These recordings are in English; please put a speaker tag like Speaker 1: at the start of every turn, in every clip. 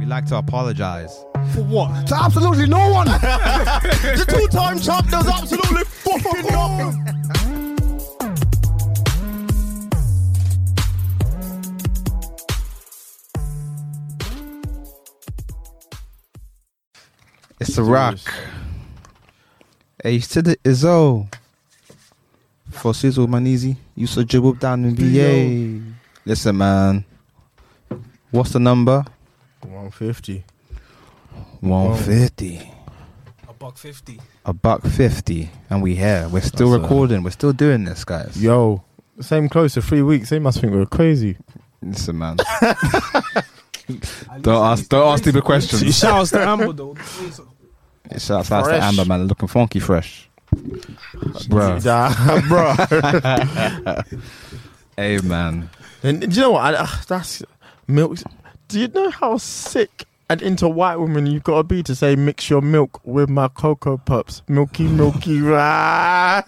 Speaker 1: We like to apologize.
Speaker 2: For what?
Speaker 3: To absolutely no one. the two-time champ does absolutely fucking nothing.
Speaker 1: It's a rock. Hey, to the Izzo. For Sizzle Manizi, you should dribble down in VA. Listen, man. What's the number?
Speaker 3: 150.
Speaker 1: 150.
Speaker 2: A buck fifty.
Speaker 1: A buck 50. And we here. We're still
Speaker 3: That's, uh,
Speaker 1: recording. We're still doing this, guys.
Speaker 3: Yo, same close to three weeks. They must think we're crazy.
Speaker 1: Listen, man. don't ask, don't ask stupid questions.
Speaker 2: Shouts to Amber though.
Speaker 1: Shouts out to
Speaker 3: Fresh.
Speaker 1: Amber, man. Looking funky fresh. Bro.
Speaker 3: Nah, bro.
Speaker 1: Hey, man.
Speaker 3: And do you know what? I, uh, that's milk. Do you know how sick and into white women you gotta be to say mix your milk with my cocoa pups, milky milky rah?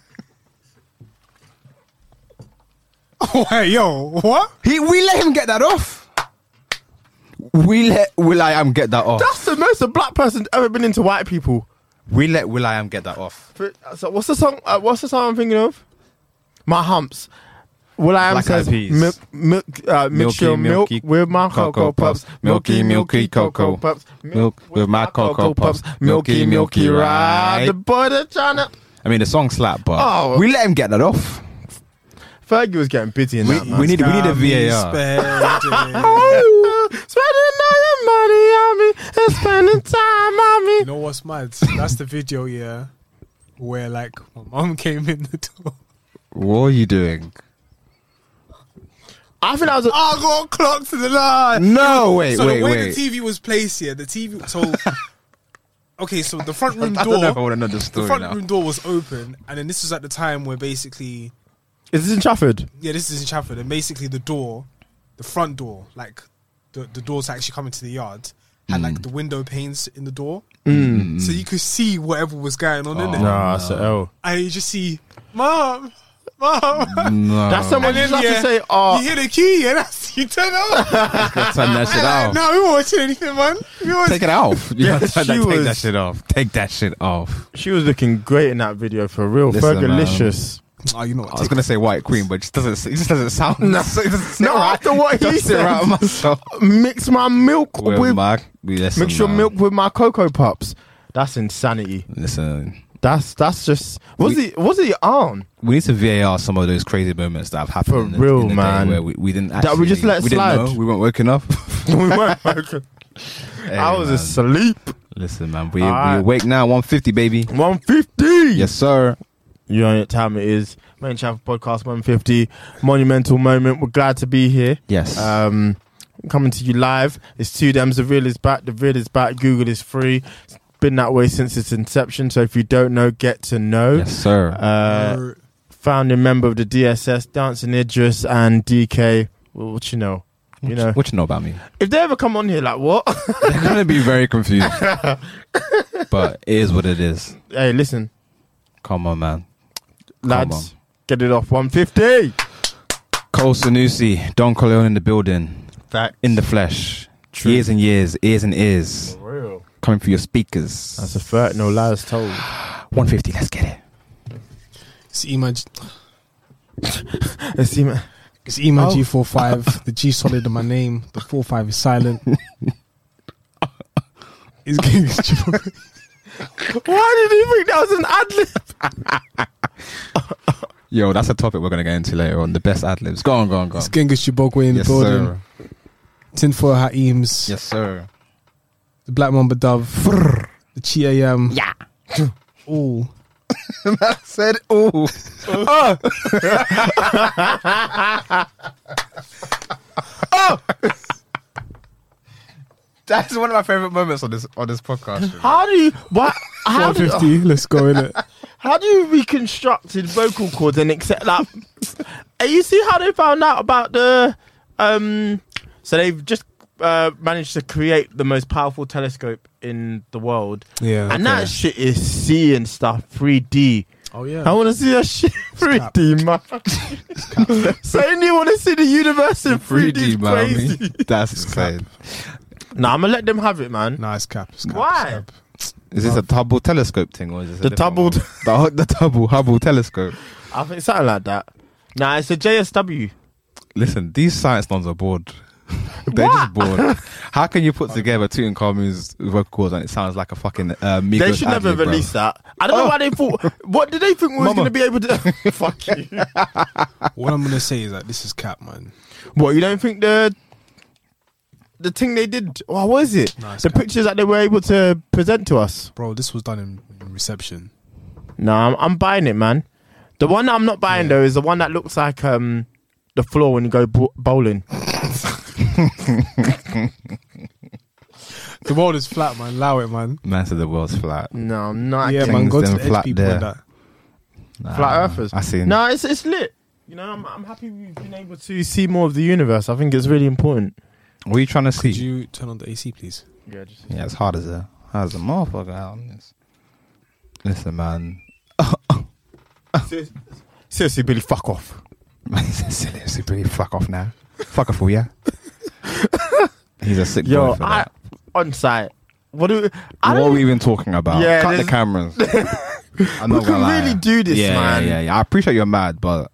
Speaker 2: Oh hey yo, what?
Speaker 1: He, we let him get that off. We let Will I Am get that off.
Speaker 3: That's the most a black person's ever been into white people.
Speaker 1: we let Will I Am get that off.
Speaker 3: But, so what's the song? Uh, what's the song I'm thinking of? My humps. Will I am
Speaker 1: Black
Speaker 3: says
Speaker 1: Eyed Peas.
Speaker 3: milk, milk, uh, mix
Speaker 1: Milky,
Speaker 3: your milk
Speaker 1: milky
Speaker 3: with my cocoa,
Speaker 1: cocoa
Speaker 3: pups,
Speaker 1: puffs. Milky, milky cocoa milk with my cocoa puffs.
Speaker 3: milky,
Speaker 1: Milky,
Speaker 3: milky
Speaker 1: milky
Speaker 3: ride.
Speaker 1: ride.
Speaker 3: The butter trying to.
Speaker 1: I mean, the song slap, but
Speaker 3: Oh.
Speaker 1: we let him get that off.
Speaker 3: Fergie was getting pity in that. Man.
Speaker 1: We need, we need a VAR.
Speaker 2: VAR.
Speaker 3: spending all your money on me and spending time on
Speaker 2: you
Speaker 3: me.
Speaker 2: know what's mad? That's the video, yeah, where like my mom came in the door.
Speaker 1: What are you doing?
Speaker 3: I think I was. A,
Speaker 2: I got clocked to the line.
Speaker 1: No, wait,
Speaker 2: so
Speaker 1: wait,
Speaker 2: the way
Speaker 1: wait.
Speaker 2: the TV was placed here, the TV. So okay, so the front room
Speaker 1: I don't know if I
Speaker 2: door,
Speaker 1: want to know the
Speaker 2: the
Speaker 1: story
Speaker 2: front
Speaker 1: now.
Speaker 2: room door was open, and then this was at the time where basically
Speaker 3: is this in Trafford?
Speaker 2: yeah, this is in Chafford, and basically the door, the front door, like the the door to actually come into the yard, had like
Speaker 3: Mm.
Speaker 2: the window panes in the door, so you could see whatever was going
Speaker 1: Oh,
Speaker 2: on in there,
Speaker 3: Nah, it's an L.
Speaker 2: and you just see, mom, mom.
Speaker 1: No,
Speaker 3: That's
Speaker 1: someone.
Speaker 3: someone you just have to say, oh,
Speaker 2: you hear the key, and that's you turn it off.
Speaker 1: Turn that shit off.
Speaker 2: no, we weren't watching anything, man. We weren't-
Speaker 1: Take it off. You
Speaker 3: Yeah,
Speaker 1: gotta turn
Speaker 3: she
Speaker 1: that- take that
Speaker 3: was-
Speaker 1: shit off. Take that shit off.
Speaker 3: She was looking great in that video for real.
Speaker 1: Listen,
Speaker 3: Fergalicious.
Speaker 2: Oh, you know what?
Speaker 1: I was gonna say White Queen, but it just doesn't. It just doesn't sound. No, it doesn't sit
Speaker 3: No,
Speaker 1: right.
Speaker 3: after what he
Speaker 1: Doesn't sit
Speaker 3: said.
Speaker 1: right with myself.
Speaker 3: Mix my milk
Speaker 1: With
Speaker 3: with,
Speaker 1: my- listen,
Speaker 3: mix your
Speaker 1: man.
Speaker 3: milk with my cocoa pops. That's insanity.
Speaker 1: Listen,
Speaker 3: That's that's just was it was it on
Speaker 1: we need to VAR some of those crazy moments that have happened.
Speaker 3: For
Speaker 1: in the,
Speaker 3: real,
Speaker 1: in the day
Speaker 3: man.
Speaker 1: Where we, we didn't actually,
Speaker 3: That we just let
Speaker 1: we didn't
Speaker 3: slide.
Speaker 1: know, we weren't woken up.
Speaker 3: we weren't working. I
Speaker 1: Hey,
Speaker 3: was
Speaker 1: man.
Speaker 3: asleep.
Speaker 1: Listen, man, we,
Speaker 3: Alright.
Speaker 1: we awake now. One fifty, baby.
Speaker 3: One fifty.
Speaker 1: Yes, sir.
Speaker 3: You know what time it is. Main channel podcast 150. Monumental moment. We're glad to be here.
Speaker 1: Yes.
Speaker 3: Um, coming to you live. It's two dems. The real is back. The real is back. Google is free. It's been that way since its inception. So if you don't know, get to know.
Speaker 1: yes, sir.
Speaker 3: Uh, founding member of the DSS, Dancing Idris and DK. Well, what you know? You know,
Speaker 1: what you know about me?
Speaker 3: if they ever come on here, like what?
Speaker 1: They're gonna be very confused. but it is what it is.
Speaker 3: hey, listen,
Speaker 1: Come on, man.
Speaker 3: lads, get it off 150.
Speaker 1: Cole Sanusi, Don Corleone in the building,
Speaker 3: Fact
Speaker 1: in the flesh.
Speaker 3: True.
Speaker 1: Years and years, ears and ears,
Speaker 3: real.
Speaker 1: coming through your speakers.
Speaker 3: That's a fact. No lies told.
Speaker 1: One fifty. Let's get it.
Speaker 2: See, E my,
Speaker 3: Let's see, man.
Speaker 4: It's
Speaker 2: E
Speaker 4: Eman
Speaker 3: Oh.
Speaker 4: G four five. The G solid in my name. The four five is silent. It's getting stupid.
Speaker 3: Why did he think that was an ad lib?
Speaker 1: Yo, that's a topic we're gonna get into later on. The best ad libs. Go on, go on, go on.
Speaker 4: It's Genghis Chibokwe
Speaker 1: Oh.
Speaker 4: in
Speaker 1: Yes,
Speaker 4: the building.
Speaker 1: sir.
Speaker 4: Tinfoil Hat Eames.
Speaker 1: Yes, sir.
Speaker 4: The Black Mamba Dove. The Chi AM. Yeah. Ooh.
Speaker 1: Said ooh. Oh! That's Oh! one of my favorite moments on this on this podcast. you know.
Speaker 3: How do you what? How
Speaker 4: One
Speaker 3: do,
Speaker 4: fifty. Let's go in it.
Speaker 3: how do you reconstructed vocal cords and accept that? and you see how they found out about the um. So they've just uh, managed to create the most powerful telescope in the world,
Speaker 4: Yeah.
Speaker 3: and that shit is seeing stuff 3D.
Speaker 4: oh yeah.
Speaker 3: I want to see that shit 3D, man. Saying you want to see the universe in 3D,
Speaker 1: 3D,
Speaker 3: is
Speaker 1: man.
Speaker 3: crazy.
Speaker 1: That's insane.
Speaker 3: Nah, I'm gonna let them have it, man.
Speaker 4: Nah, it's cap. It's cap
Speaker 3: Why?
Speaker 4: It's cap.
Speaker 1: Is this a Hubble telescope thing or is this a
Speaker 3: The
Speaker 1: different
Speaker 3: Hubble-
Speaker 1: one? the, hu- the Hubble Hubble telescope?
Speaker 3: I think something like that. Nah, it's a JSW.
Speaker 1: Listen, these science nuns are bored. They're just bored. How can you put together Tutankhamun's vocal cords and it sounds like a fucking uh, Migos
Speaker 3: They should never
Speaker 1: ad-lib, bro?
Speaker 3: release that. I don't know why they thought. What did they think we was
Speaker 1: Mama.
Speaker 3: gonna be able to? Fuck you.
Speaker 4: What I'm gonna say is that this is cap, man.
Speaker 3: What you don't think the the thing they did? oh, What was it?
Speaker 4: Nah, it's
Speaker 3: the
Speaker 4: cap.
Speaker 3: pictures that they were able to present to us.
Speaker 4: Bro, this was done in, in reception.
Speaker 3: Nah, I'm, I'm buying it, man. The one that I'm not buying though is the one that looks like um the floor when you go bo- bowling.
Speaker 4: The world is flat, man. Allow it, man.
Speaker 1: Man said the world's flat.
Speaker 3: No, I'm not.
Speaker 4: yeah,
Speaker 3: Yeah,
Speaker 4: man. Go to
Speaker 1: them
Speaker 4: the edge
Speaker 1: flat
Speaker 4: people
Speaker 1: there.
Speaker 4: and that.
Speaker 1: Nah,
Speaker 3: flat earthers.
Speaker 1: I seen.
Speaker 3: No, it's it's lit. You know, I'm I'm happy we've been able to see more of the universe. I think it's really important.
Speaker 1: What are you trying to see?
Speaker 4: Could you turn on the AC, please?
Speaker 3: Yeah, just
Speaker 1: Yeah, it's hard as a hard as a motherfucker out on this. Listen, man.
Speaker 3: Seriously, seriously, Billy, fuck off.
Speaker 1: Man, seriously, pretty fuck off now. Fuck off, will ya? He's a sick
Speaker 3: Yo,
Speaker 1: boy for
Speaker 3: I
Speaker 1: that.
Speaker 3: on site. What do I
Speaker 1: what are
Speaker 3: don't
Speaker 1: we even talking about?
Speaker 3: Yeah,
Speaker 1: Cut the
Speaker 3: there's-
Speaker 1: cameras. I'm
Speaker 3: We
Speaker 1: not gonna
Speaker 3: can
Speaker 1: lie.
Speaker 3: really do this,
Speaker 1: yeah, yeah,
Speaker 3: man.
Speaker 1: Yeah, yeah, I appreciate you're mad, but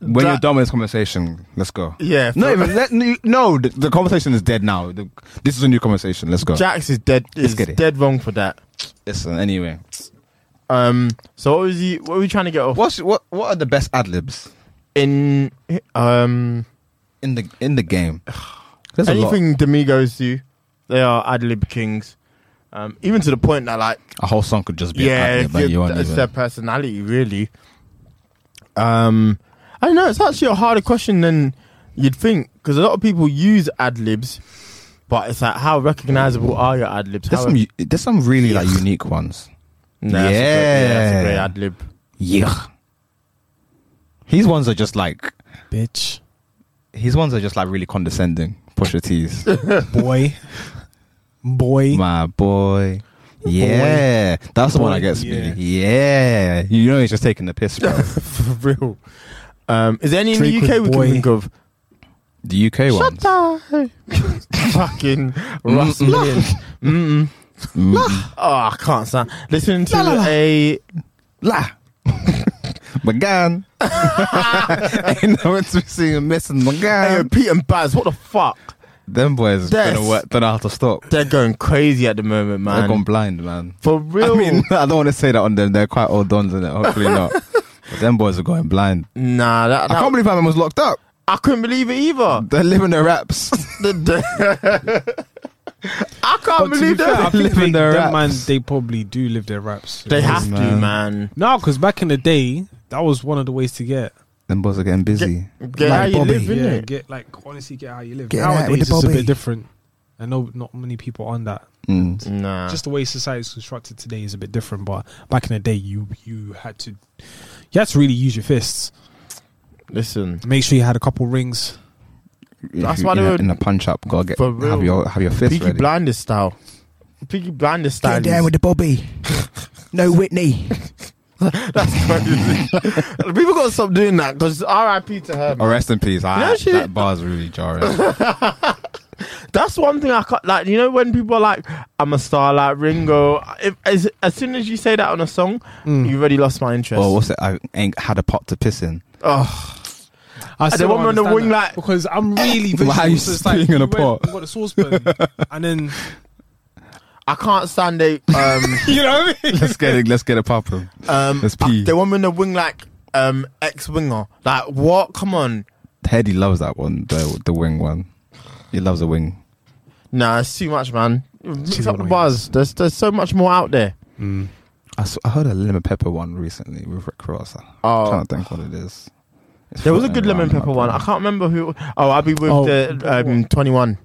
Speaker 1: when you're
Speaker 3: That-
Speaker 1: done with this conversation, let's go.
Speaker 3: Yeah,
Speaker 1: No,
Speaker 3: for-
Speaker 1: even let, no. The, the conversation is dead now. The- this is a new conversation. Let's go.
Speaker 3: Jax is dead is
Speaker 1: get it.
Speaker 3: dead wrong for that.
Speaker 1: Listen, anyway,
Speaker 3: Um, so what was he? What were we trying to get off
Speaker 1: what's what? What are the best ad libs
Speaker 3: in? Um,
Speaker 1: in the in the game? There's a lot.
Speaker 3: anything Domingos do, they are ad lib kings. Um, even to the point that like
Speaker 1: A whole song could just be
Speaker 3: yeah,
Speaker 1: yeah,
Speaker 3: if you-
Speaker 1: you won't
Speaker 3: it's
Speaker 1: even.
Speaker 3: their personality, really. Um, I don't know. It's actually a harder question than you'd think because a lot of people use ad libs, but it's like how recognizable are your ad libs?
Speaker 1: There's
Speaker 3: How-
Speaker 1: some there's some really like unique ones.
Speaker 3: Nah, that's a great- yeah, that's a great
Speaker 1: Yeah.
Speaker 3: ad lib.
Speaker 1: Yeah. His ones are just like
Speaker 4: Bitch.
Speaker 1: his ones are just like really condescending. Pusha T's,
Speaker 4: Boy. Boy.
Speaker 1: my boy. Yeah, that's the one that
Speaker 4: Boy,
Speaker 1: gets
Speaker 4: yeah.
Speaker 1: me. Yeah, you know he's just taking the piss. Bro.
Speaker 3: for real. Um, is there any in the
Speaker 4: Drake
Speaker 3: UK we
Speaker 4: with
Speaker 3: can
Speaker 4: boy.
Speaker 3: think of?
Speaker 1: The UK one.
Speaker 3: Fucking Russ Million. Mm-mm.
Speaker 1: Mm-hmm.
Speaker 3: Oh, I can't stand listening to a
Speaker 1: La. McGann. Ain't no one to be seeing missing
Speaker 3: a
Speaker 1: McGann.
Speaker 3: Pete and Baz. What the fuck?
Speaker 1: Them boys
Speaker 3: That's-
Speaker 1: don't know, what- don't know how to stop.
Speaker 3: They're going crazy at the moment,
Speaker 1: They've gone
Speaker 3: man.
Speaker 1: blind, man.
Speaker 3: For real.
Speaker 1: I mean, I don't want to say that on them. They're quite old dons, and hopefully not. But them boys are going blind.
Speaker 3: Nah, that,
Speaker 1: I
Speaker 3: that-
Speaker 1: can't believe Batman was locked up.
Speaker 3: I couldn't believe it either.
Speaker 1: They're living their raps.
Speaker 3: The- the- I
Speaker 4: But
Speaker 3: can't
Speaker 4: to be
Speaker 3: believe
Speaker 4: fair, I
Speaker 3: that.
Speaker 4: think
Speaker 1: Living
Speaker 4: they,
Speaker 1: their
Speaker 4: them man,
Speaker 1: raps.
Speaker 4: they probably do live their raps.
Speaker 3: They have to,
Speaker 1: man.
Speaker 3: man.
Speaker 4: No, because back in the day, that was one of the ways to get.
Speaker 1: them boys are getting busy. Like
Speaker 3: Get how you
Speaker 1: Bobby.
Speaker 3: live,
Speaker 4: yeah,
Speaker 3: innit?
Speaker 4: get like honestly, get how you live.
Speaker 1: Get out with
Speaker 4: Nowadays,
Speaker 1: the
Speaker 4: it's a
Speaker 1: Bobby.
Speaker 4: bit different. I know not many people on that.
Speaker 1: Mm.
Speaker 3: Nah.
Speaker 4: Just the way society is constructed today is a bit different. But back in the day, you you had to you had to really use your fists.
Speaker 3: listen.
Speaker 4: Make sure you had a couple rings.
Speaker 1: If
Speaker 3: That's
Speaker 1: you-
Speaker 3: why they
Speaker 1: in a-
Speaker 3: were-
Speaker 1: in a punch up. Gotta get
Speaker 3: For real.
Speaker 1: have your have your fist
Speaker 3: Peaky
Speaker 1: ready.
Speaker 3: Blinders style. Peaky Blinders style. is-
Speaker 1: the Bobby. No Whitney.
Speaker 3: That's crazy. People gotta stop doing that because RIP to her. man.
Speaker 1: Oh, rest in peace. I,
Speaker 3: No, she-
Speaker 1: that bar's really jarring.
Speaker 3: That's one thing I can't like. You know when people are like, "I'm a star," like Ringo. If, as as soon as you say that on a
Speaker 1: Oh,
Speaker 3: song, you've already lost my interest.
Speaker 1: well, what's it? I ain't had a pot to piss in.
Speaker 3: Ugh.
Speaker 5: I
Speaker 3: and the
Speaker 5: still
Speaker 3: woman on the
Speaker 5: understand
Speaker 3: wing
Speaker 5: that.
Speaker 3: like
Speaker 4: because I'm really
Speaker 1: Why are you
Speaker 4: visual, so it's like,
Speaker 1: spitting in a
Speaker 4: you
Speaker 1: pot?
Speaker 4: went and got a saucepan, and then
Speaker 3: I can't stand it. Um,
Speaker 4: you know what I mean.
Speaker 1: Let's get it. Let's get it popping.
Speaker 3: um,
Speaker 1: Let's pee.
Speaker 3: the woman on the wing like um ex winger. Like what? Come on.
Speaker 1: Teddy loves that one, the the wing one. He loves a wing.
Speaker 3: Nah, it's too much, man.
Speaker 5: She's
Speaker 3: Mix up
Speaker 5: a
Speaker 3: the
Speaker 5: winger.
Speaker 3: buzz. There's there's so much more out there.
Speaker 1: I, s- I heard a lemon pepper one recently with Rick Ross. I'm
Speaker 3: Oh.
Speaker 1: trying to think what it is. It's
Speaker 3: There was a
Speaker 1: floating
Speaker 3: good lemon
Speaker 1: around in my
Speaker 3: pepper one. I
Speaker 1: brain.
Speaker 3: can't remember who. Oh, I'll be with
Speaker 5: Oh,
Speaker 3: the um, twenty one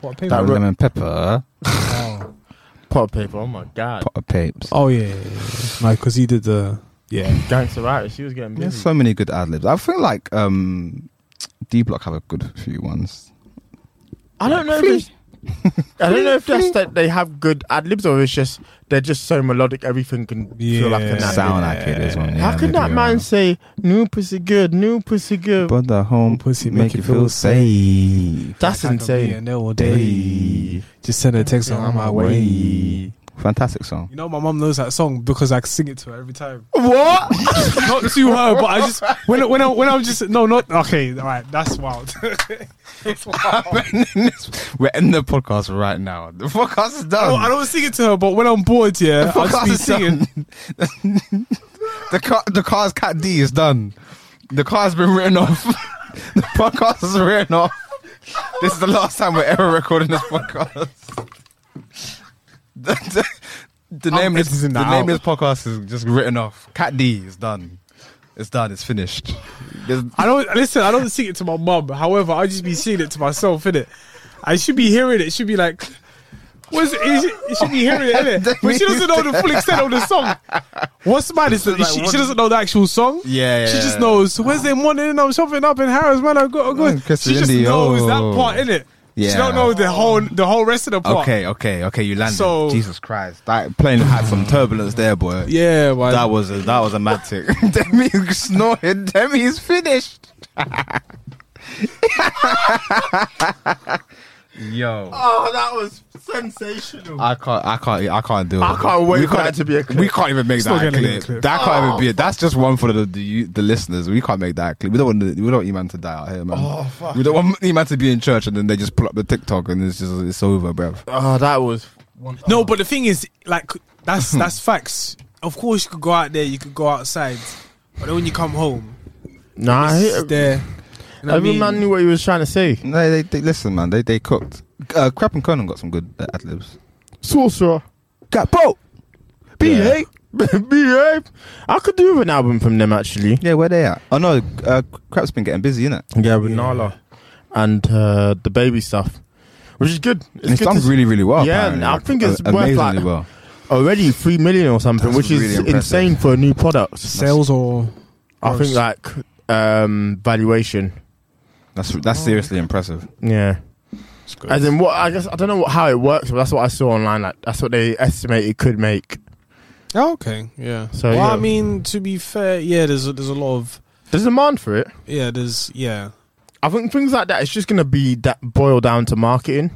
Speaker 4: What,
Speaker 3: that
Speaker 1: Oh,
Speaker 3: ro-
Speaker 1: lemon pepper
Speaker 3: pot of paper. Oh my god,
Speaker 1: pot of papes.
Speaker 5: Oh yeah, yeah, yeah. no, because he did the yeah.
Speaker 3: gangster virus. She was getting busy.
Speaker 1: There's so many good ad libs. I feel like um, D Block have a good few ones.
Speaker 3: I don't know. If it's, I don't know if that's that they have good ad libs or it's just they're just so melodic. Everything can feel like an
Speaker 5: Yeah.
Speaker 3: ad
Speaker 1: Sound like it is one. Yeah,
Speaker 3: How
Speaker 1: maybe,
Speaker 3: can that
Speaker 1: yeah.
Speaker 3: man say new pussy good, new pussy good?
Speaker 1: But the home pussy make you feel safe.
Speaker 3: that's
Speaker 5: I can be
Speaker 3: insane.
Speaker 5: in there all
Speaker 1: Day.
Speaker 5: day. Just send a text on my way.
Speaker 1: Way. Fantastic song.
Speaker 4: You know, my mum knows that song because I sing it to her every time.
Speaker 3: What?
Speaker 4: not to her, but I just when I- when I, when I'm just no, not okay. All right, that's wild. it's wild.
Speaker 1: We're in the podcast right now. The podcast is
Speaker 4: I
Speaker 1: done.
Speaker 5: Um,
Speaker 4: don't, Oh, I don't sing it to her, but when I'm bored, yeah, I'll just be singing.
Speaker 1: the car, the car's cat D is done. The car's been written off. the podcast is written off. This is the last time we're ever recording this podcast. The, the- the
Speaker 4: I'm
Speaker 1: name of this, the
Speaker 4: editing that
Speaker 1: name of
Speaker 4: out.
Speaker 1: this podcast is just written off. Cat D is done. It's done. It's finished. There's-
Speaker 4: I don't listen. I don't sing it to my mum. However, I just be singing it to myself, innit? I should be hearing it. Should be like, what's it? It should, it should be hearing it, innit? But she doesn't know the full extent of the song. What's mad is that she, she doesn't know the actual song.
Speaker 1: Yeah, yeah,
Speaker 4: she just
Speaker 1: yeah.
Speaker 4: knows Wednesday morning I'm shopping up in Harris, man. I got a good.
Speaker 1: Mm, 'cause
Speaker 4: She
Speaker 1: it's
Speaker 4: just
Speaker 1: in the-
Speaker 4: knows
Speaker 1: oh.
Speaker 4: that part, innit? Yeah.
Speaker 1: Yeah.
Speaker 4: She don't know the whole the whole rest of the part.
Speaker 1: okay, okay, okay. You landed.
Speaker 4: So-
Speaker 1: Jesus Christ! That plane had some turbulence there, boy.
Speaker 4: Yeah, man.
Speaker 1: That was a, that was a mad tick. Demi snorted. Demi is finished. Yo,
Speaker 3: oh, that was sensational.
Speaker 1: I can't, I can't, I can't do it.
Speaker 3: I can't wait
Speaker 1: We
Speaker 3: for that to be a clip.
Speaker 1: We can't even make
Speaker 4: not
Speaker 1: that a
Speaker 4: gonna be a
Speaker 1: clip. Oh.
Speaker 4: clip.
Speaker 1: That can't even be. it. That's just one for the, the you- the listeners. We can't make that a clip. We don't want the- we don't want Eman to die out here, man.
Speaker 3: Oh, fuck.
Speaker 1: We don't want Eman to be in church and then they just pull up the TikTok and it's just it's over, bruv.
Speaker 3: oh, that was.
Speaker 4: No, but the thing is, like, that's that's facts. Of course, you could go out there, you could go outside, but then when you come home,
Speaker 3: Nah, I- uh,
Speaker 4: it's there. You know what I
Speaker 3: every
Speaker 4: mean?
Speaker 3: man knew what he was trying to say.
Speaker 1: No, they, they listen, man. They they cooked. Uh, Crap and Conan got some good uh, ad libs.
Speaker 3: Sorcerer.
Speaker 1: Got bro.
Speaker 3: Behave. Behave. I could do with an album from them actually.
Speaker 1: Yeah, where they at? Oh no, uh, crap's been getting busy, innit?
Speaker 3: Yeah, with Nala and uh, the baby stuff, which is good. It's,
Speaker 1: It's
Speaker 3: good
Speaker 1: done
Speaker 3: to-
Speaker 1: really, really well.
Speaker 3: Yeah,
Speaker 1: apparently.
Speaker 3: I think it's
Speaker 1: A-
Speaker 3: worth,
Speaker 1: amazingly
Speaker 3: like-
Speaker 1: well.
Speaker 3: already three million or something,
Speaker 1: That's
Speaker 3: which
Speaker 1: really
Speaker 3: is
Speaker 1: impressive.
Speaker 3: insane for a new product.
Speaker 4: sales or
Speaker 3: I think like um, valuation.
Speaker 1: That's
Speaker 3: Oh.
Speaker 1: that's seriously impressive.
Speaker 3: Yeah. As in what I guess I don't know what, how it works, but that's what I saw online. Like that's what they estimate it could make.
Speaker 4: Oh, okay, yeah.
Speaker 3: So,
Speaker 4: well,
Speaker 3: yeah.
Speaker 4: I mean, to be fair, yeah, there's a, there's a lot of
Speaker 3: There's demand for it.
Speaker 4: yeah, there's yeah.
Speaker 3: I think things like that. It's just gonna be that boil down to marketing.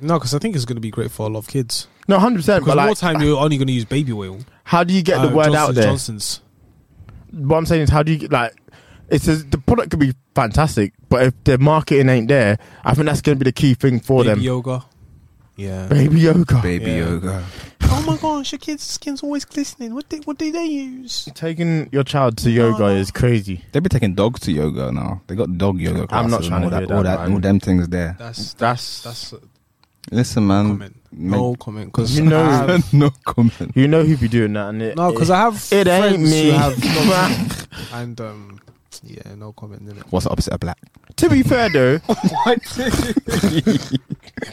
Speaker 4: No, because I think it's going to be great for a lot of kids.
Speaker 3: No, hundred percent.
Speaker 4: Because
Speaker 3: But
Speaker 4: more
Speaker 3: like,
Speaker 4: time you're only going to use baby oil.
Speaker 3: how do you get
Speaker 4: Uh,
Speaker 3: the word
Speaker 4: Johnson's,
Speaker 3: out there?
Speaker 4: Johnson's.
Speaker 3: what I'm saying is, how do you get like? It says the product could be fantastic, but if the marketing ain't there, I think that's going to be the key thing for
Speaker 4: baby
Speaker 3: them.
Speaker 4: yoga. Yeah.
Speaker 3: Baby yoga,
Speaker 1: Baby
Speaker 4: Yeah.
Speaker 1: yoga.
Speaker 4: oh my gosh, your kids' skin's always glistening. What do, what do they use?
Speaker 3: taking your child to yoga is crazy.
Speaker 1: They be taking dogs to yoga now. They got dog yoga classes.
Speaker 3: I'm not
Speaker 1: and
Speaker 3: trying
Speaker 1: all
Speaker 3: to
Speaker 1: that,
Speaker 3: hear
Speaker 1: all
Speaker 3: that,
Speaker 1: that,
Speaker 3: man.
Speaker 1: all them things there.
Speaker 4: That's
Speaker 3: That's
Speaker 4: that's a
Speaker 1: Listen, man.
Speaker 4: comment. No comment because
Speaker 3: You know-
Speaker 4: I have,
Speaker 1: no comment.
Speaker 3: you know who be doing that, and it
Speaker 4: no because I have
Speaker 3: it
Speaker 4: friends
Speaker 3: ain't me.
Speaker 4: who have dogs and um yeah no comment in it.
Speaker 1: What's the opposite of black?
Speaker 3: to be fair though,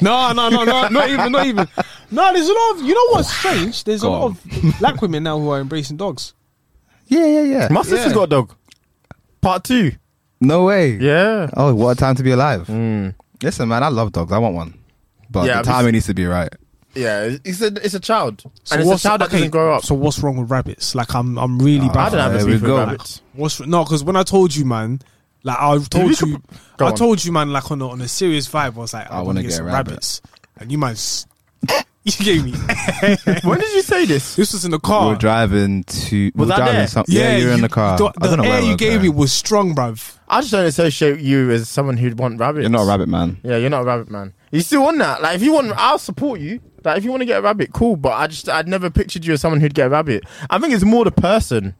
Speaker 4: no, no, no, no, not even, not even. No, there's a lot of. You know what's strange? There's
Speaker 1: Go
Speaker 4: a lot
Speaker 1: on.
Speaker 4: of black women now who are embracing dogs.
Speaker 1: Yeah, yeah, yeah.
Speaker 3: my sister's
Speaker 4: Yeah.
Speaker 3: got a dog. Part two,
Speaker 1: no way.
Speaker 3: yeah.
Speaker 1: Oh, what a time to be alive.
Speaker 3: Mm.
Speaker 1: Listen, man, I love dogs. I want one, but
Speaker 3: Yeah,
Speaker 1: the
Speaker 3: I've
Speaker 1: timing
Speaker 3: just-
Speaker 1: needs to be right.
Speaker 3: Yeah, it's a it's a child, and it's a child that
Speaker 4: okay,
Speaker 3: doesn't grow up.
Speaker 4: So what's wrong with rabbits? Like I'm, I'm really
Speaker 3: I
Speaker 4: bad.
Speaker 3: don't have
Speaker 4: for
Speaker 1: there
Speaker 3: a
Speaker 4: that.
Speaker 1: we
Speaker 3: sleep with
Speaker 1: go.
Speaker 3: rabbits.
Speaker 4: What's no? Because when I told you, man, like I told
Speaker 3: you
Speaker 4: you,
Speaker 3: go
Speaker 4: I
Speaker 3: on.
Speaker 4: told you, man, like on a, on a serious vibe, I was like,
Speaker 1: I
Speaker 4: I, want
Speaker 1: wanna
Speaker 4: to get,
Speaker 1: get a
Speaker 4: some
Speaker 1: rabbit.
Speaker 4: rabbits, and you man s- You gave me.
Speaker 3: when did you say this?
Speaker 4: This was in the
Speaker 1: We
Speaker 4: car.
Speaker 1: We're driving to. we
Speaker 3: Oh. Was
Speaker 1: We're
Speaker 3: I
Speaker 1: driving
Speaker 3: there?
Speaker 1: some, yeah, you're in the car.
Speaker 4: The,
Speaker 1: I don't know
Speaker 4: the
Speaker 1: where
Speaker 4: air
Speaker 1: we
Speaker 4: you
Speaker 1: were
Speaker 4: gave
Speaker 1: going.
Speaker 4: me was strong, bruv.
Speaker 3: I just don't associate you as someone who'd want rabbits.
Speaker 1: You're not a rabbit man.
Speaker 3: Yeah, you're not a rabbit man. You still on that? Like, if you want, I'll support you. Like, if you want to get a rabbit, cool. But I just, I'd never pictured you as someone who'd get a rabbit. I think it's more the person.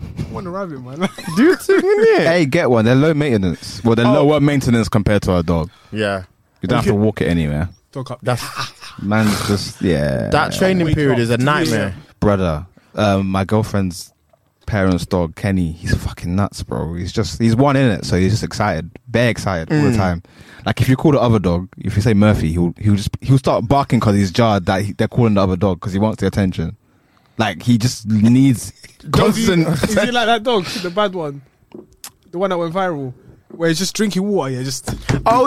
Speaker 4: I want a rabbit, man.
Speaker 3: Do you think, innit?
Speaker 1: Hey, get one. They're low maintenance. Well, they're
Speaker 3: Oh.
Speaker 1: lower maintenance compared to our dog.
Speaker 3: Yeah,
Speaker 1: You don't have to walk it anywhere.
Speaker 4: Dog up.
Speaker 3: that's
Speaker 1: Man's just yeah.
Speaker 3: that training
Speaker 4: Wake
Speaker 3: period
Speaker 4: up.
Speaker 3: is a nightmare.
Speaker 1: brother, um, my girlfriend's parents' dog Kenny. He's fucking nuts, bro. He's just he's one in it, so he's just excited, bare excited
Speaker 3: Mm.
Speaker 1: all the time. Like if you call the other dog, if you say Murphy, he'll he'll just he'll start barking because he's jarred that he, they're calling the other dog because he wants the attention. Like he just needs constant.
Speaker 4: Is he like that dog? The bad one? The one that went viral? Where he's just drinking water, yeah, just.
Speaker 3: Oh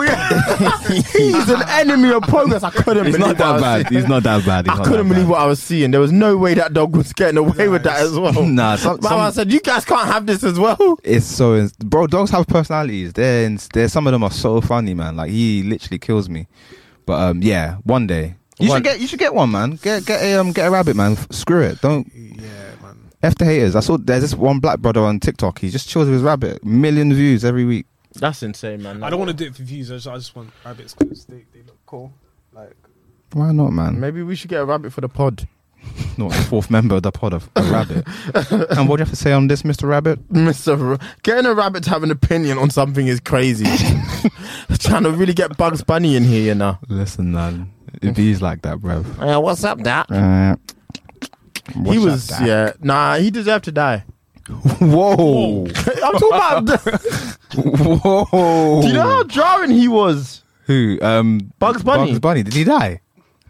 Speaker 3: yeah, he's an enemy of progress. I couldn't.
Speaker 1: He's not
Speaker 3: believe what
Speaker 1: that
Speaker 3: I was
Speaker 1: bad.
Speaker 3: seeing.
Speaker 1: He's not that bad. He's
Speaker 3: I
Speaker 1: not
Speaker 3: couldn't
Speaker 1: that
Speaker 3: believe
Speaker 1: bad.
Speaker 3: what I was seeing. There was no way that dog was getting away with that as well.
Speaker 1: Nah, some-
Speaker 3: Mama
Speaker 1: some-
Speaker 3: said, "You guys can't have this as well."
Speaker 1: It's so ins- bro. Dogs have personalities. They're, ins- they're some of them are so funny, man. Like he literally kills me. But um, yeah, one day you
Speaker 3: One-
Speaker 1: should get you should get one, man. Get get a um get a rabbit, man. F- screw it. Don't
Speaker 4: Yeah, man.
Speaker 1: f the haters. I saw there's this one black brother on TikTok. He just chills with his rabbit. Million views every week.
Speaker 3: That's insane, man.
Speaker 4: I don't want to do it for views. I just, I just want rabbits because they, they look cool. Like,
Speaker 1: Why not, man?
Speaker 3: Maybe we should get a rabbit for the pod.
Speaker 1: Not the fourth member of the pod of a rabbit. and what do you have to say on this, Mister Rabbit?
Speaker 3: Mr. R- Getting a rabbit to have an opinion on something is crazy. Trying to really get Bugs Bunny in here, you know.
Speaker 1: Listen, man. It bees like that, bro.
Speaker 3: Yeah, what's up, that?
Speaker 1: Uh,
Speaker 3: he was, yeah, nah, he deserved to die.
Speaker 1: Whoa,
Speaker 3: I'm talking about.
Speaker 1: whoa.
Speaker 3: Do you know how jarring he was?
Speaker 1: Who? Um,
Speaker 3: Bugs Bunny.
Speaker 1: Bugs Bunny. Did he die?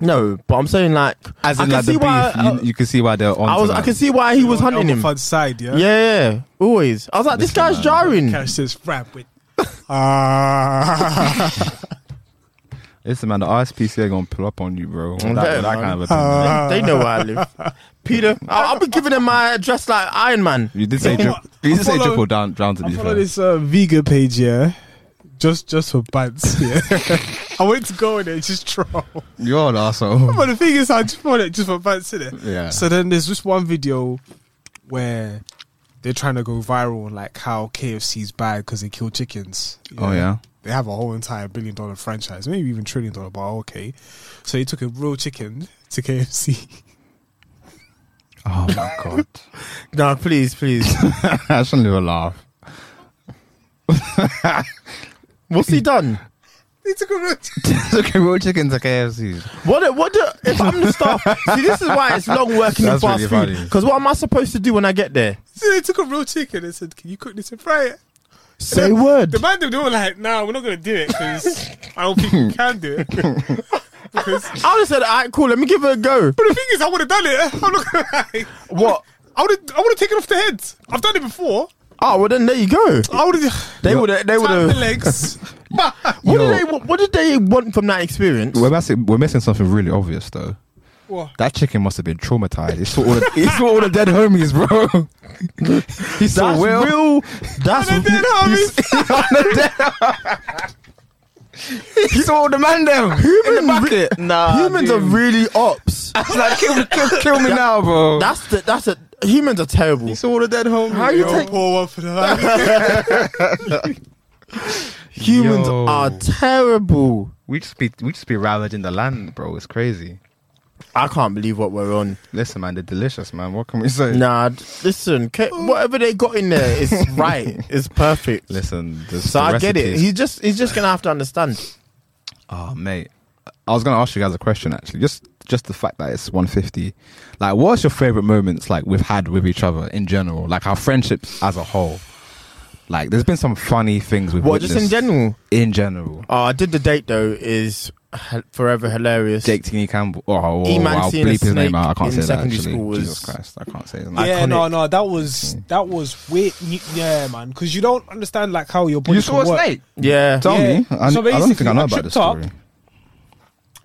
Speaker 3: No, but I'm saying like,
Speaker 1: As
Speaker 3: I
Speaker 1: in,
Speaker 3: can
Speaker 1: like
Speaker 3: see
Speaker 1: the beef. uh,
Speaker 3: why.
Speaker 1: you, you can see why they're on.
Speaker 3: I was, I can see why he was
Speaker 4: on
Speaker 3: hunting
Speaker 4: Elmer
Speaker 3: him.
Speaker 4: Fudd's side, yeah?
Speaker 3: Yeah, yeah, always. I was like, this guy's jarring.
Speaker 4: Catch this rabbit. Ah.
Speaker 1: Listen, man, the RSPCA gonna pull up on you, bro. That,
Speaker 3: Okay,
Speaker 1: that kind of a thing. man.
Speaker 3: They know where I live. Peter, I- I'll be giving him my address like Iron Man.
Speaker 1: you did say
Speaker 4: You know
Speaker 1: drip.
Speaker 4: what?
Speaker 1: You
Speaker 4: I
Speaker 1: did say
Speaker 4: follow-
Speaker 1: triple down, down to
Speaker 4: I
Speaker 1: be
Speaker 4: follow
Speaker 1: fair.
Speaker 4: this uh, vegan page, yeah. Just just for bants, yeah. I went to go in there and just troll.
Speaker 1: You're an asshole.
Speaker 4: But the thing is, I just found it just for bants, innit?
Speaker 1: Yeah.
Speaker 4: So then there's this one video where they're trying to go viral on like how KFC's bad because they kill chickens. you
Speaker 1: Oh
Speaker 4: know?
Speaker 1: yeah.
Speaker 4: They have a whole entire billion dollar franchise, maybe even trillion dollar, but okay. So he took a real chicken to KFC.
Speaker 1: Oh my god.
Speaker 3: No, please, please.
Speaker 1: I shouldn't even laugh.
Speaker 3: What's he done?
Speaker 4: they took a real
Speaker 1: okay, real chicken to KFC.
Speaker 3: What? What? The, if I'm the staff, see, this is why it's long working
Speaker 1: That's
Speaker 3: in fast
Speaker 1: really
Speaker 3: food.
Speaker 1: funny.
Speaker 3: Because what am I supposed to do when I get there?
Speaker 4: they took a real chicken and said, "Can you cook this and fry it?"
Speaker 3: Say word.
Speaker 4: The man they were like, nah, we're not gonna do it because I don't think we can do it. because
Speaker 3: I would have said, "All right, cool. Let me give it a go."
Speaker 4: but the thing is, I would have done it. I'm not gonna lie.
Speaker 3: What?
Speaker 4: I would have I would have taken off the heads. I've done it before.
Speaker 3: Oh well, then there you go.
Speaker 4: I would have
Speaker 3: They would. They would
Speaker 4: the
Speaker 3: have.
Speaker 4: legs.
Speaker 3: What
Speaker 1: Yo.
Speaker 3: did they? What did they want from that experience?
Speaker 1: We're missing, we're missing something really obvious though.
Speaker 4: What?
Speaker 1: That chicken must have been traumatized. He saw all the, he saw all the dead homies, bro. He saw
Speaker 3: That's
Speaker 1: Will.
Speaker 3: real. That's
Speaker 4: And then homies.
Speaker 1: He saw all the man them.
Speaker 3: Human nah, humans are really ops.
Speaker 1: It's like kill, kill, kill me now, bro.
Speaker 3: That's the. That's a. Humans are terrible.
Speaker 1: saw all the dead homies.
Speaker 3: How you
Speaker 4: Yo,
Speaker 3: take
Speaker 4: poor one for the line.
Speaker 3: humans
Speaker 1: Yo.
Speaker 3: are terrible.
Speaker 1: We just be we just be ravaging the land, bro. It's crazy.
Speaker 3: I can't believe what we're on.
Speaker 1: Listen, man, they're delicious, man. What can we say?
Speaker 3: Nah, d- listen, ca- whatever they got in there is right. It's perfect.
Speaker 1: Listen, the,
Speaker 3: so I get it. He's just he's just gonna have to understand.
Speaker 1: oh, mate. I was gonna ask you guys a question actually. Just just the fact that it's 150. Like, what's your favorite moments like we've had with each other in general? Like our friendships as a whole. Like, there's been some funny things we've.
Speaker 3: What, just in
Speaker 1: witnessed.
Speaker 3: general?
Speaker 1: In general,
Speaker 3: Oh, I did the date though is h- forever hilarious.
Speaker 1: Jake Tini Campbell. Oh, oh,
Speaker 3: E-man
Speaker 1: I'll
Speaker 3: seeing a
Speaker 1: bleep his name
Speaker 3: snake
Speaker 1: out. I can't
Speaker 3: E in
Speaker 1: say that
Speaker 3: secondary
Speaker 1: actually.
Speaker 3: school was-
Speaker 1: Jesus Christ, I can't say his name.
Speaker 4: yeah,
Speaker 3: Iconic.
Speaker 4: no, no, that was that was weird. Yeah, man, because you don't understand like how your body.
Speaker 1: you saw a
Speaker 4: can work.
Speaker 1: snake.
Speaker 3: Yeah,
Speaker 1: Tell
Speaker 4: Yeah.
Speaker 1: me. I,
Speaker 4: So
Speaker 1: I don't think I
Speaker 4: basically,
Speaker 1: know
Speaker 4: I
Speaker 1: about this
Speaker 4: tripped up.
Speaker 1: story.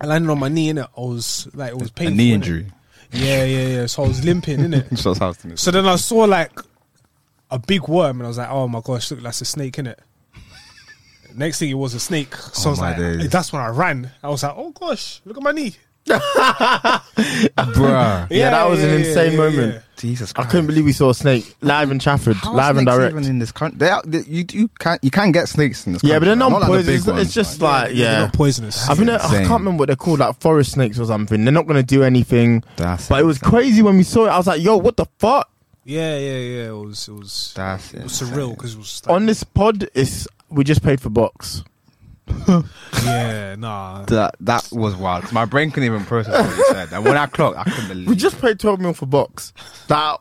Speaker 4: I landed on my knee, innit? I was like, it was
Speaker 1: A
Speaker 4: painful.
Speaker 1: knee
Speaker 4: innit?
Speaker 1: injury.
Speaker 4: Yeah, yeah, yeah. So I was limping, innit?
Speaker 1: So that's how it's-
Speaker 4: So then I saw like a big worm, and I was like, "Oh my gosh, look, that's a snake, innit?" Next thing, it was a snake. So
Speaker 1: Oh
Speaker 4: I was
Speaker 1: my
Speaker 4: like,
Speaker 1: days.
Speaker 4: "That's when I ran." I was like, "Oh gosh, look at my knee."
Speaker 1: Bruh.
Speaker 3: Yeah, that was an insane moment.
Speaker 1: Jesus
Speaker 3: I
Speaker 1: Christ.
Speaker 3: couldn't believe we saw a snake live in Trafford,
Speaker 1: How are
Speaker 3: live and
Speaker 1: snakes
Speaker 3: direct.
Speaker 1: Even in this country, they are, they, you you can't you can't get snakes in this.
Speaker 3: yeah, but
Speaker 1: country.
Speaker 3: they're not,
Speaker 1: like the
Speaker 3: poisonous.
Speaker 1: big
Speaker 3: it's,
Speaker 1: ones,
Speaker 3: just like
Speaker 4: They're
Speaker 3: yeah.
Speaker 4: not poisonous.
Speaker 3: I, mean,
Speaker 1: Yeah,
Speaker 3: I can't
Speaker 1: same.
Speaker 3: remember what they're called, like forest snakes or something. They're not gonna do anything.
Speaker 1: That's
Speaker 3: But it was
Speaker 1: insane.
Speaker 3: crazy when we saw it. I was like, "Yo, what the fuck?"
Speaker 4: yeah, yeah, yeah. It was, it was,
Speaker 1: That's
Speaker 4: it was
Speaker 1: insane.
Speaker 4: surreal because it was just like,
Speaker 3: On this pod, it's we just paid for box.
Speaker 4: yeah, nah.
Speaker 1: That that was wild. My brain couldn't even process what you said. And when I clocked, I couldn't believe.
Speaker 3: We just paid twelve mil for box. That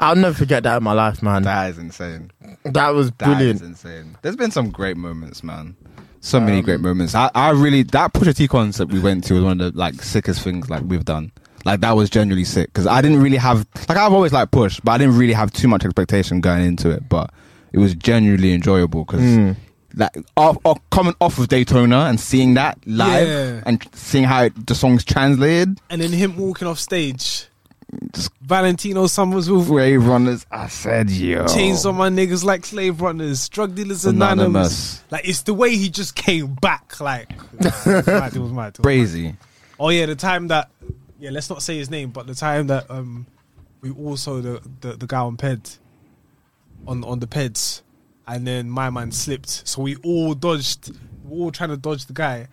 Speaker 3: I'll never forget that in my life, man. That,
Speaker 1: that is insane.
Speaker 3: was
Speaker 1: That is
Speaker 3: brilliant.
Speaker 1: insane. There's been some great moments, man. So many great moments. I, I really that Pusha T concert we went to was one of the like sickest things like we've done. Like that was genuinely sick because I didn't really have like I've always liked Push, but I didn't really have too much expectation going into it. But it was genuinely enjoyable because like off, off, coming off of Daytona and seeing that live
Speaker 4: Yeah.
Speaker 1: and seeing how it, the songs translated,
Speaker 4: And then him walking off stage, Valentino Summers with
Speaker 1: Wave Runners. I said, yo,
Speaker 3: Oh.
Speaker 4: chains on my niggas like slave runners, drug dealers anonymous.
Speaker 1: Anonymous.
Speaker 4: Like it's the way he just came back. Like nah, it was mad, it was mad. it was
Speaker 1: crazy.
Speaker 4: Oh yeah, the time that yeah, let's not say his name, but the time that um we also the the, the guy on ped on on the peds, and then my man slipped, so we all dodged. We were all trying to dodge the guy.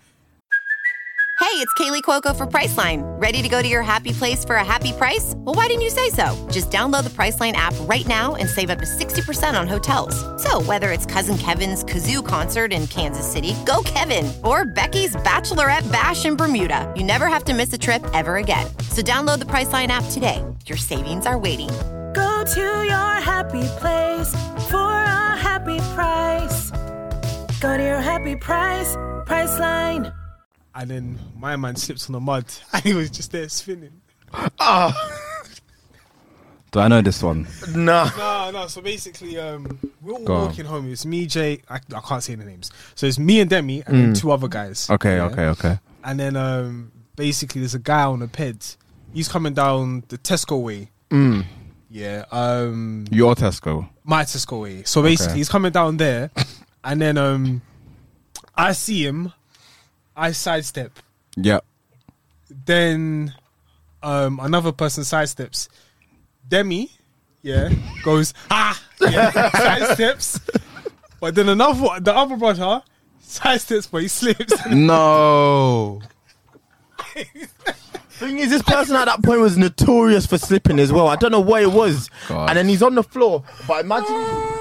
Speaker 6: Hey, it's Kaylee Cuoco for Priceline. Ready to go to your happy place for a happy price? Well, why didn't you say so? Just download the Priceline app right now and save up to 60% on hotels. So, whether it's Cousin Kevin's Kazoo concert in Kansas City, go Kevin, or Becky's Bachelorette Bash in Bermuda, you never have to miss a trip ever again. So, download the Priceline app today. Your savings are waiting.
Speaker 7: Go to your happy place for a happy price. Go to your happy price, Priceline.
Speaker 4: And then my man slips on the mud, and he was just there spinning.
Speaker 1: Do I know this one?
Speaker 3: Nah.
Speaker 4: No, no. So basically, um, we we're all
Speaker 1: Go on.
Speaker 4: walking home. It's me, Jay. I, I can't say the names. So it's me and Demi, and then two other guys.
Speaker 1: Mm. Okay,
Speaker 4: Yeah?
Speaker 1: okay, okay.
Speaker 4: And then um, basically, there's a guy on the ped. He's coming down the Tesco way.
Speaker 1: Mm.
Speaker 4: Yeah. Um,
Speaker 1: Your Tesco.
Speaker 4: my Tesco way. So basically,
Speaker 1: Okay.
Speaker 4: he's coming down there, and then um, I see him. I sidestep.
Speaker 1: Yep.
Speaker 4: Then um, another person sidesteps. Demi, yeah, goes ah, yeah, sidesteps. But then another one- the other brother sidesteps, but he slips.
Speaker 1: No.
Speaker 3: Thing is, this person at that point was notorious for slipping as well. I don't know what it was.
Speaker 1: God.
Speaker 3: And then he's on the floor, but imagine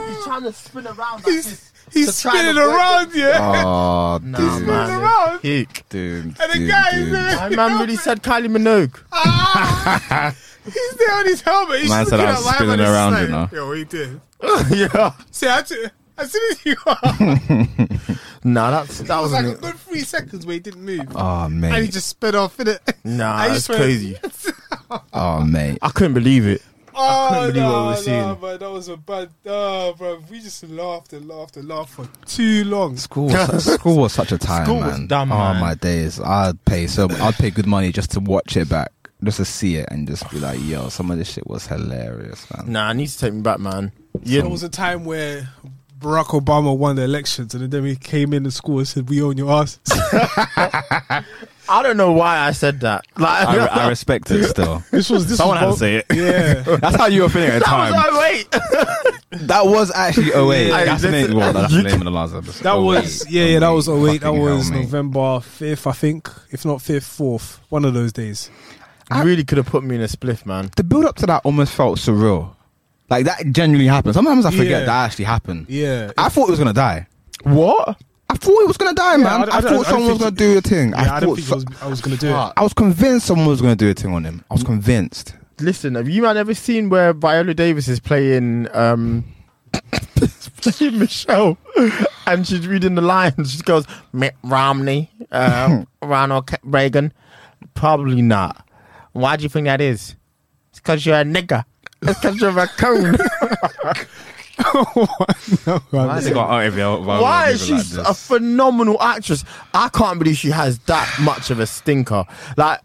Speaker 3: he's trying to spin around. Like this
Speaker 4: He's, he's
Speaker 3: to try and
Speaker 4: spinning
Speaker 3: avoid
Speaker 4: around, yeah.
Speaker 1: Oh, dude.
Speaker 3: Nah, man.
Speaker 4: around.
Speaker 3: Puke.
Speaker 1: Dude,
Speaker 4: And the
Speaker 1: dude,
Speaker 4: guy is
Speaker 1: dude.
Speaker 4: there.
Speaker 3: My man really said Kylie Minogue.
Speaker 4: He's there on his helmet. He's
Speaker 1: Man
Speaker 4: just
Speaker 1: said
Speaker 4: looking
Speaker 1: I
Speaker 4: at
Speaker 1: was
Speaker 4: my
Speaker 1: spinning
Speaker 4: man, he's
Speaker 1: around,
Speaker 4: like,
Speaker 1: you know.
Speaker 4: Yo, what you doing?
Speaker 3: yeah.
Speaker 4: See, I had to- as soon as you are, it
Speaker 3: Nah, that's that
Speaker 4: was like
Speaker 3: wasn't
Speaker 4: a
Speaker 3: it.
Speaker 4: good three seconds where he didn't move.
Speaker 1: Oh,
Speaker 4: and he
Speaker 1: mate.
Speaker 4: just sped off, innit?
Speaker 3: Nah,
Speaker 4: I
Speaker 3: that's
Speaker 4: swear.
Speaker 3: crazy.
Speaker 1: Oh, mate.
Speaker 3: I couldn't believe it.
Speaker 4: Oh,
Speaker 3: couldn't believe what
Speaker 4: no,
Speaker 3: we
Speaker 4: no,
Speaker 3: were seeing.
Speaker 4: man, that was a bad. Oh, bro, we just laughed and laughed and laughed for too long.
Speaker 1: School was, su- school was such a time,
Speaker 3: School was
Speaker 1: man.
Speaker 3: dumb,
Speaker 1: oh
Speaker 3: man.
Speaker 1: my days! I'd pay so I'd pay good money just to watch it back, just to see it, and just be like, "Yo, some of this shit was hilarious, man."
Speaker 3: Nah, I need to take me back, man. Yeah.
Speaker 4: There was a time where Barack Obama won the elections, and then he came in the school and said, "We own your ass."
Speaker 3: I don't know why I said that. Like,
Speaker 1: I, re- I respect it still.
Speaker 4: This was this.
Speaker 1: Someone had to
Speaker 4: was,
Speaker 1: say it.
Speaker 4: Yeah,
Speaker 1: That's how you were feeling at the
Speaker 3: I was
Speaker 1: time.
Speaker 3: like, wait.
Speaker 1: That was actually 08.
Speaker 3: Yeah.
Speaker 1: that's, the name, well, that's the name of the last episode.
Speaker 4: that
Speaker 1: 08,
Speaker 4: was yeah, yeah, that was 08. That
Speaker 1: Oh, Fucking hell,
Speaker 4: was
Speaker 1: mate.
Speaker 4: November fifth, I think, if not fifth, fourth, one of those days.
Speaker 3: You really could have put me in a spliff, man.
Speaker 1: The build up to that almost felt surreal. Like that genuinely happened. Sometimes I forget
Speaker 4: Yeah.
Speaker 1: that actually happened.
Speaker 4: Yeah,
Speaker 1: I thought it was gonna die.
Speaker 3: What?
Speaker 1: I thought it was gonna die,
Speaker 4: I
Speaker 1: man.
Speaker 4: d-
Speaker 1: I,
Speaker 4: I
Speaker 1: thought
Speaker 4: don't- I don't
Speaker 1: someone was
Speaker 4: think
Speaker 1: gonna
Speaker 4: it-
Speaker 1: do a thing.
Speaker 4: yeah, I,
Speaker 1: thought
Speaker 4: didn't think
Speaker 1: so-
Speaker 4: I was, I was gonna Mm. do it.
Speaker 3: Fuck.
Speaker 1: I was convinced someone was gonna do a thing on him. I was convinced.
Speaker 3: Listen, have you man ever seen where Viola Davis is playing um playing Michelle and she's reading the lines? She goes, Mitt Romney, uh, Ronald K- Reagan. Probably not. Why do you think that is? It's because you're a nigger. It's because you're a coon.
Speaker 1: Why they got out of here?
Speaker 3: Why is she a phenomenal actress? I can't believe she has that much of a stinker. Like,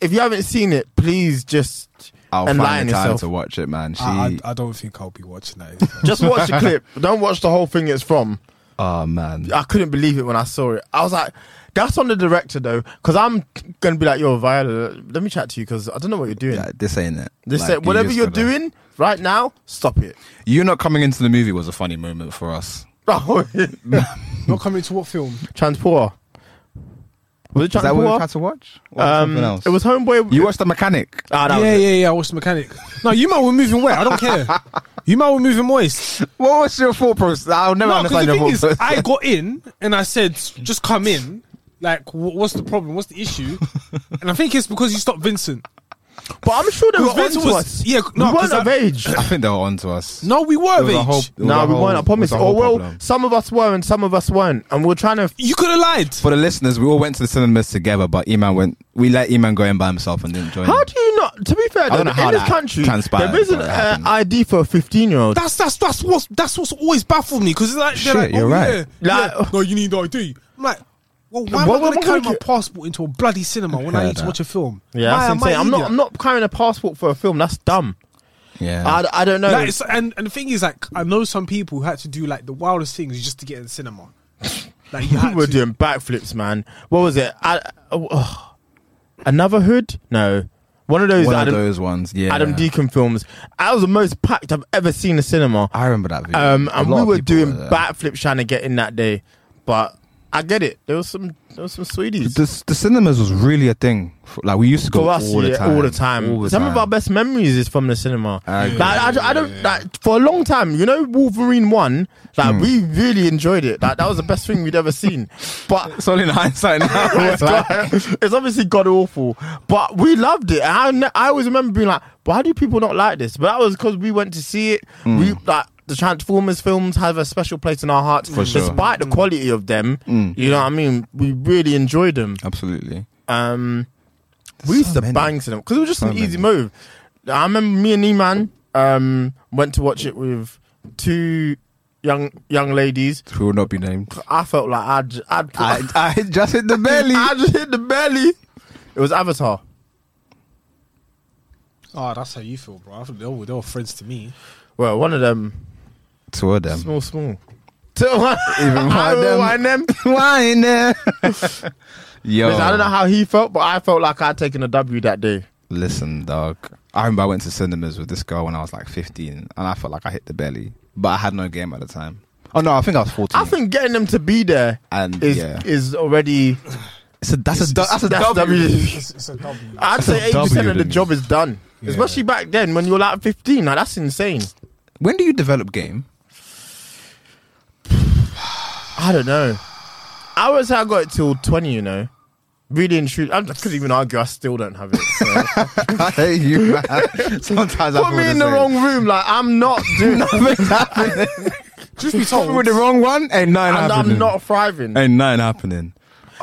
Speaker 3: if you haven't seen it, please just
Speaker 1: I'll
Speaker 3: enlighten
Speaker 1: find the time
Speaker 3: yourself.
Speaker 1: to watch it, man. She,
Speaker 4: I, I, I don't think I'll be watching that.
Speaker 3: Just watch the clip. Don't watch the whole thing it's from.
Speaker 1: oh man,
Speaker 3: I couldn't believe it when I saw it. I was like, That's on the director though, because I'm gonna be like, yo, Viola, let me chat to you because I don't know what you're doing.
Speaker 1: Yeah, this ain't it.
Speaker 3: They
Speaker 1: Like,
Speaker 3: said,
Speaker 1: you
Speaker 3: whatever
Speaker 1: just
Speaker 3: you're
Speaker 1: gotta-
Speaker 3: doing right now, stop it.
Speaker 1: you not coming into the movie was a funny moment for us.
Speaker 4: Not coming to what film?
Speaker 3: Oh, Transporter. Was it
Speaker 1: Is that what we
Speaker 3: Transporter?
Speaker 1: had to watch? Or
Speaker 3: Um,
Speaker 1: something else?
Speaker 3: It was Homeboy.
Speaker 1: you watched the mechanic.
Speaker 3: Ah, that
Speaker 4: yeah,
Speaker 3: was it.
Speaker 4: yeah, yeah. I watched the mechanic. No, you might were moving wet. I don't care. You might were moving moist.
Speaker 1: What was your thought process? I'll never
Speaker 4: No, because
Speaker 1: understand
Speaker 4: the
Speaker 1: your
Speaker 4: thing
Speaker 1: thought
Speaker 4: is,
Speaker 1: process.
Speaker 4: I got in and I said, "Just come in." Like, wh- what's the problem? What's the issue? And I think it's because you stopped Vincent.
Speaker 3: But I'm sure they were
Speaker 4: Because
Speaker 3: on
Speaker 4: Vincent
Speaker 3: to
Speaker 4: was-
Speaker 3: us.
Speaker 4: yeah,
Speaker 3: we
Speaker 4: no, 'cause
Speaker 3: weren't of
Speaker 4: I-
Speaker 3: age.
Speaker 1: I think they were onto us.
Speaker 4: No, we were
Speaker 1: It
Speaker 4: of
Speaker 1: was a
Speaker 4: age.
Speaker 1: whole- it was
Speaker 3: No,
Speaker 1: a
Speaker 3: we
Speaker 1: whole-
Speaker 3: weren't. I
Speaker 1: it was
Speaker 3: promise.
Speaker 1: a
Speaker 3: Or
Speaker 1: whole
Speaker 3: well,
Speaker 1: problem.
Speaker 3: some of us were and some of us weren't, and we're trying to.
Speaker 4: you could have lied.
Speaker 1: for the listeners, we all went to the cinemas together, but Eman went. We let Eman go in by himself and didn't join.
Speaker 3: How
Speaker 1: him.
Speaker 3: do you not? To be fair,
Speaker 1: I don't
Speaker 3: though,
Speaker 1: know how
Speaker 3: in this
Speaker 1: that
Speaker 3: country,
Speaker 1: transpired,
Speaker 3: there isn't
Speaker 1: but it
Speaker 3: an
Speaker 1: happened.
Speaker 3: ID for a 15 year old.
Speaker 4: That's that's that's what's that's what's always baffled me because like they're
Speaker 1: Shit,
Speaker 4: like,
Speaker 1: you're
Speaker 4: oh,
Speaker 1: right.
Speaker 4: yeah,
Speaker 3: Like-
Speaker 4: yeah, no, you need ID. I'm like, well,
Speaker 3: Why
Speaker 4: why am I
Speaker 3: would
Speaker 4: going
Speaker 3: I
Speaker 4: to carry
Speaker 3: wanna
Speaker 4: my
Speaker 3: ca-
Speaker 4: passport into a bloody cinema when I
Speaker 1: Yeah,
Speaker 4: need to
Speaker 1: that.
Speaker 4: watch a film?
Speaker 3: Yeah,
Speaker 4: Why
Speaker 3: that's
Speaker 4: am I
Speaker 3: insane. I'm not.
Speaker 4: idiot?
Speaker 3: I'm not carrying a passport for a film. That's dumb.
Speaker 1: Yeah.
Speaker 3: I, I don't know.
Speaker 4: Like, it's- and and the thing is, like, I know some people who had to do like the wildest things just to get in cinema. Like you
Speaker 3: People
Speaker 4: had
Speaker 3: were
Speaker 4: to.
Speaker 3: doing backflips, man. What was it? I, oh, oh. another hood? No, one of those
Speaker 1: One
Speaker 3: Adam
Speaker 1: of those ones. Yeah.
Speaker 3: Adam Deacon films. That was the most packed I've ever seen a cinema.
Speaker 1: I remember that video.
Speaker 3: Um,
Speaker 1: A
Speaker 3: and
Speaker 1: lot
Speaker 3: we
Speaker 1: of
Speaker 3: were
Speaker 1: people
Speaker 3: doing
Speaker 1: there.
Speaker 3: backflips trying to get in that day, but I get it. There was some. There was some sweeties.
Speaker 1: The, the cinemas was really a thing. For, like we used to go
Speaker 3: for us,
Speaker 1: all, the
Speaker 3: yeah,
Speaker 1: time,
Speaker 3: all the time.
Speaker 1: all the
Speaker 3: Some of
Speaker 1: time.
Speaker 3: our best memories is from the cinema.
Speaker 1: I
Speaker 3: Like,
Speaker 1: agree.
Speaker 3: I, I don't like for a long time. You know, Wolverine one. Like
Speaker 1: Hmm.
Speaker 3: we really enjoyed it. Like that was the best thing we'd ever seen. But
Speaker 1: It's all in hindsight now.
Speaker 3: it's, like- it's obviously god awful, but we loved it. And I ne- I always remember being like, why do people not like this? But that was because we went to see it.
Speaker 1: Hmm.
Speaker 3: We like. The Transformers films have a special place in our hearts,
Speaker 1: For sure. Hmm.
Speaker 3: despite the quality of them. You know what I mean? We really enjoyed them.
Speaker 1: Absolutely.
Speaker 3: Um, we used
Speaker 1: so
Speaker 3: to
Speaker 1: many.
Speaker 3: bang to them because it was just
Speaker 1: So
Speaker 3: an easy
Speaker 1: many.
Speaker 3: move. I remember me and Eman um, went to watch it with two young young ladies.
Speaker 1: Who will not be named?
Speaker 3: I felt like I'd I'd
Speaker 1: I,
Speaker 3: I,
Speaker 1: I just hit the belly.
Speaker 3: just hit the belly. It was Avatar.
Speaker 4: Oh, that's how you feel, bro. I think they were, they were friends to me.
Speaker 3: Well, one of them
Speaker 1: Two of them.
Speaker 3: small small. Even
Speaker 1: one
Speaker 3: one
Speaker 1: of them.
Speaker 3: I don't know them.
Speaker 1: Why now? Yo,
Speaker 3: Listen, I don't know how he felt, but I felt like I'd taken a W that day.
Speaker 1: Listen, dog. I remember I went to cinemas with this girl when I was like 15, and I felt like I hit the belly, but I had no game at the time. Oh no, I think I was 14.
Speaker 3: I think getting them to be there
Speaker 1: And,
Speaker 3: is
Speaker 1: yeah.
Speaker 3: is already.
Speaker 1: it's a, that's a du- that's a W.
Speaker 3: that's W.
Speaker 4: It's, it's a W.
Speaker 3: I'd say eighty
Speaker 1: W,
Speaker 3: percent of the
Speaker 1: didn't
Speaker 3: job is done, especially back then when you're like fifteen. Now that's insane.
Speaker 1: When do you develop game?
Speaker 3: I don't know. I would say I got it till twenty. You know, really and truly, I couldn't even argue. I still don't have it. so.
Speaker 1: I hate you, man. Sometimes I
Speaker 3: Put me in the wrong room. Like I'm not doing nothing. happening.
Speaker 4: Just be told.
Speaker 1: with the wrong one. Ain't nine
Speaker 3: and
Speaker 1: happening.
Speaker 3: I'm not thriving.
Speaker 1: Ain't nine happening.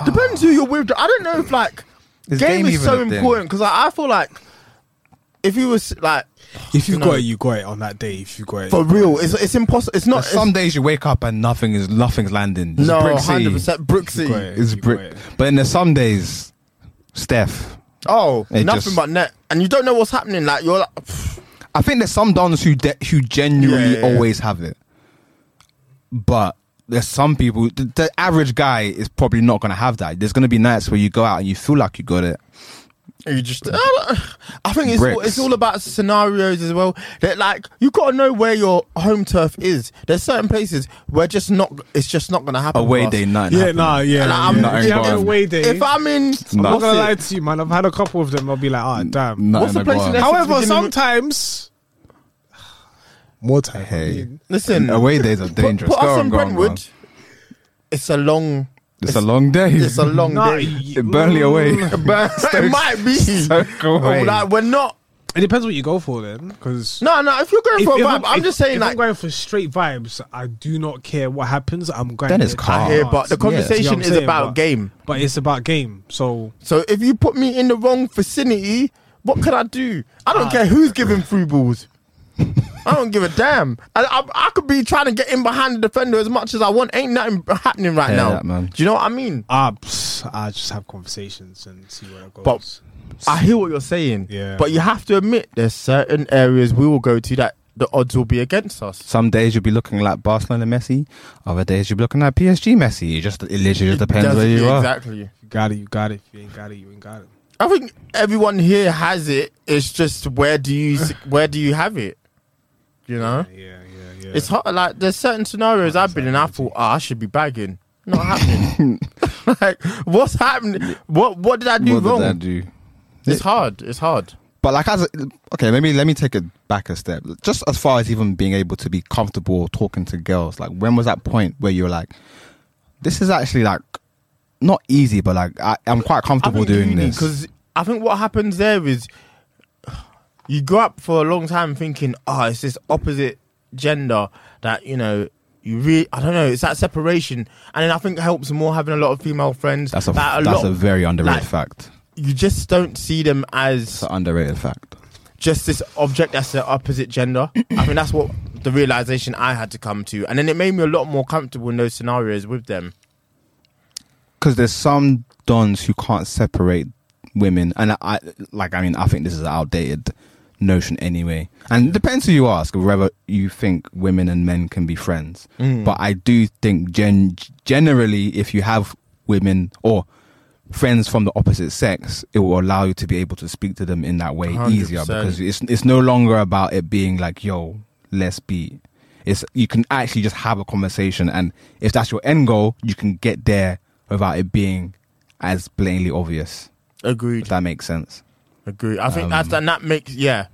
Speaker 3: Depends who you're with. I don't know if like
Speaker 1: Is game
Speaker 3: game, is
Speaker 1: even
Speaker 3: so
Speaker 1: a thing?
Speaker 3: important because I feel like if you was like
Speaker 4: If you
Speaker 3: No.
Speaker 4: got it, you got it on that day. If you got it,
Speaker 3: for real, it's it's impossible. It's not
Speaker 1: But
Speaker 3: it's,
Speaker 1: some days you wake up and nothing is nothing's landing. It's
Speaker 3: no
Speaker 1: brick sea.
Speaker 3: hundred percent
Speaker 4: got
Speaker 3: Brooksy.
Speaker 4: it.
Speaker 1: It's
Speaker 4: You
Speaker 1: brick.
Speaker 4: got
Speaker 1: But in the some days, Steph.
Speaker 3: Oh,
Speaker 1: It
Speaker 3: nothing
Speaker 1: just-
Speaker 3: but net, and you don't know what's happening. Like you're like. pfft.
Speaker 1: I think there's some dons who de- who genuinely
Speaker 3: Yeah, yeah, yeah.
Speaker 1: always have it, but there's some people. The, the average guy is probably not going to have that. There's going to be nights where you go out and you feel like you got it.
Speaker 3: You just, I I think it's all,
Speaker 1: Bricks.
Speaker 3: it's all about scenarios as well. That like you got to know where your home turf is. There's certain places where just not, it's just not gonna happen.
Speaker 1: Away
Speaker 3: for us.
Speaker 1: day, nine.
Speaker 4: yeah,
Speaker 1: happening.
Speaker 4: nah, yeah.
Speaker 3: And
Speaker 4: yeah,
Speaker 3: I'm-
Speaker 4: yeah.
Speaker 1: Nothing
Speaker 4: If you have
Speaker 1: going.
Speaker 4: it away day.
Speaker 3: If I'm in,
Speaker 4: I'm not
Speaker 3: what's
Speaker 4: gonna
Speaker 3: it?
Speaker 4: lie to you, man. I've had a couple of them. I'll be like, ah, damn.
Speaker 1: Nothing
Speaker 3: What's the place
Speaker 1: going.
Speaker 3: in Essex we
Speaker 4: However,
Speaker 3: didn't
Speaker 4: sometimes more time.
Speaker 1: Hey,
Speaker 3: listen,
Speaker 1: away days are dangerous.
Speaker 3: Put, put
Speaker 1: Go
Speaker 3: us
Speaker 1: on,
Speaker 3: in
Speaker 1: go on, go on.
Speaker 3: Brentwood. It's a long,
Speaker 1: It's, a long day.
Speaker 3: it's a long
Speaker 4: Nah,
Speaker 3: day.
Speaker 4: you-
Speaker 1: Burnley away.
Speaker 3: But it might be. Oh,
Speaker 1: Stoke away.
Speaker 3: Like we're not.
Speaker 4: It depends what you go for then, because.
Speaker 3: No, no. If you're going for a vibe, I'm
Speaker 4: if-
Speaker 3: just saying
Speaker 4: if
Speaker 3: like
Speaker 4: I'm going for straight vibes. I do not care what happens. I'm going.
Speaker 1: Then
Speaker 4: to
Speaker 1: it's
Speaker 4: die
Speaker 1: calm.
Speaker 4: hard.
Speaker 1: Yeah,
Speaker 3: here, but the
Speaker 4: You know what I'm
Speaker 3: conversation is
Speaker 4: saying?
Speaker 3: about
Speaker 4: But-
Speaker 3: game.
Speaker 4: But it's about game. So
Speaker 3: So if you put me in the wrong vicinity, what can I do? I
Speaker 1: Ah.
Speaker 3: don't care who's giving free balls. I don't give a damn. I, I, I could be trying to get in behind the defender as much as I want. Ain't nothing happening right
Speaker 1: Yeah,
Speaker 3: now.
Speaker 1: that, man.
Speaker 3: Do you know what I mean?
Speaker 4: I, pss, ah, I just have conversations and see where it goes.
Speaker 3: But- I hear what you're saying.
Speaker 4: Yeah.
Speaker 3: But you have to admit there's certain areas we will go to that the odds will be against us.
Speaker 1: Some days you'll be looking like Barcelona Messi. Other days you'll be looking like PSG Messi. It just it literally just depends
Speaker 3: Does-
Speaker 1: where you
Speaker 3: yeah,
Speaker 1: are.
Speaker 3: Exactly.
Speaker 4: You got it. You got it. If you ain't got it, you ain't got it.
Speaker 3: I think everyone here has it. It's just where do you s- where do you have it? You know,
Speaker 4: Yeah, yeah, yeah.
Speaker 3: it's hard. Like there's certain scenarios I've been in. I thought oh, I should be bagging. Not happening. like what's happening? What what did I do
Speaker 1: What did
Speaker 3: wrong?
Speaker 1: that do?
Speaker 3: It's hard. It's hard.
Speaker 1: But like as okay, let me let me take it back a step. Just as far as even being able to be comfortable talking to girls, like when was that point where you were like, this is actually like not easy, but like I, I'm quite comfortable doing this.
Speaker 3: because I think what happens there is you grow up for a long time thinking, oh, it's this opposite gender that you know you really I don't know. It's that separation, and then I think it helps more having a lot of female friends.
Speaker 1: that's a
Speaker 3: that
Speaker 1: that's
Speaker 3: lot-
Speaker 1: a very underrated
Speaker 3: like-
Speaker 1: fact.
Speaker 3: you just don't see them as
Speaker 1: It's an underrated fact.
Speaker 3: just this object that's the opposite gender. I mean, that's what the realization I had to come to, and then it made me a lot more comfortable in those scenarios with them.
Speaker 1: because there's some dons who can't separate women, and I, I like. I mean, I think this is an outdated notion anyway. And it depends who you ask, whether you think women and men can be friends. But I do think gen- generally, if you have women or friends from the opposite sex, it will allow you to be able to speak to them in that way easier
Speaker 3: 100%.
Speaker 1: because it's it's no longer about it being like, yo, let's be. It's you can actually just have a conversation, and if that's your end goal, you can get there without it being as blatantly obvious.
Speaker 3: Agreed.
Speaker 1: If that makes sense.
Speaker 3: Agree. I
Speaker 1: Um,
Speaker 3: think that's and that makes yeah.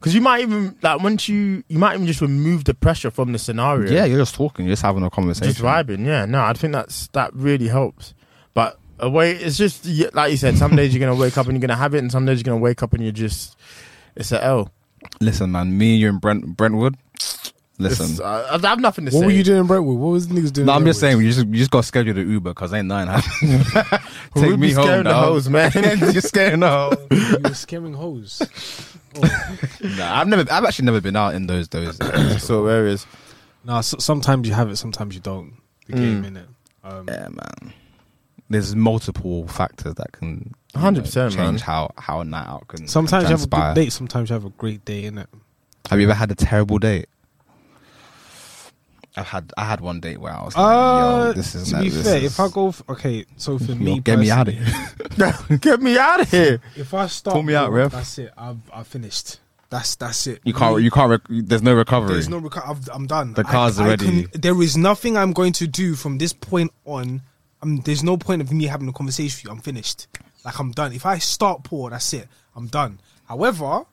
Speaker 3: Because you might even like once you you might even just remove the pressure from the scenario.
Speaker 1: Yeah, you're just talking, you're just having a conversation.
Speaker 3: just vibing. Yeah, no, I think that's that really helps. But away, it's just y- like you said. Some days you're gonna wake up and you're gonna have it, and some days you're gonna wake up and you're just it's a L.
Speaker 1: Listen, man, me, you, and Brent Brentwood.
Speaker 3: It's,
Speaker 1: Listen,
Speaker 3: I, I have nothing to
Speaker 4: what
Speaker 3: say.
Speaker 4: were you doing in Brentwood? What was the niggas doing?
Speaker 1: no,
Speaker 4: in
Speaker 1: I'm just saying,
Speaker 4: Brentwood?
Speaker 1: you just you just got to schedule the Uber because ain't nothing happening.
Speaker 3: We'll
Speaker 1: Take
Speaker 3: be
Speaker 1: me home,
Speaker 3: scaring the
Speaker 1: dog.
Speaker 3: hoes, man.
Speaker 1: you're scaring the hoes.
Speaker 4: You were scamming hoes.
Speaker 1: Nah, I've never, I've actually never been out in those those.
Speaker 3: so where is?
Speaker 4: Nah, so, sometimes you have it, sometimes you don't. The game
Speaker 1: Mm.
Speaker 4: in it. Um,
Speaker 1: yeah, man. There's multiple factors that can you
Speaker 3: 100%,
Speaker 1: know,
Speaker 3: man.
Speaker 1: change how how a night out can.
Speaker 4: Sometimes you
Speaker 1: can
Speaker 4: have a
Speaker 1: transpire.
Speaker 4: good date. Sometimes you have a great day in it.
Speaker 1: Have you ever had a terrible date? I've had I had one date where I was like,
Speaker 4: Uh,
Speaker 1: "Yo, this is
Speaker 4: to
Speaker 1: not,
Speaker 4: be
Speaker 1: this
Speaker 4: fair,
Speaker 1: is-
Speaker 4: if I go, f- okay, so for
Speaker 1: yo,
Speaker 4: me,
Speaker 1: get me
Speaker 4: personally,
Speaker 1: out of here."
Speaker 3: Get me out of here.
Speaker 4: If I start,
Speaker 1: Pull me out,
Speaker 4: bro,
Speaker 1: ref.
Speaker 4: That's it. I've I finished. That's that's it.
Speaker 1: You can't. You can't. Rec- there's no recovery.
Speaker 4: There's no reco- I've, I'm done.
Speaker 1: The car's already-
Speaker 4: there is nothing I'm going to do from this point on. Um, there's no point of me having a conversation with you. I'm finished. Like I'm done. If I start poor, that's it. I'm done. However,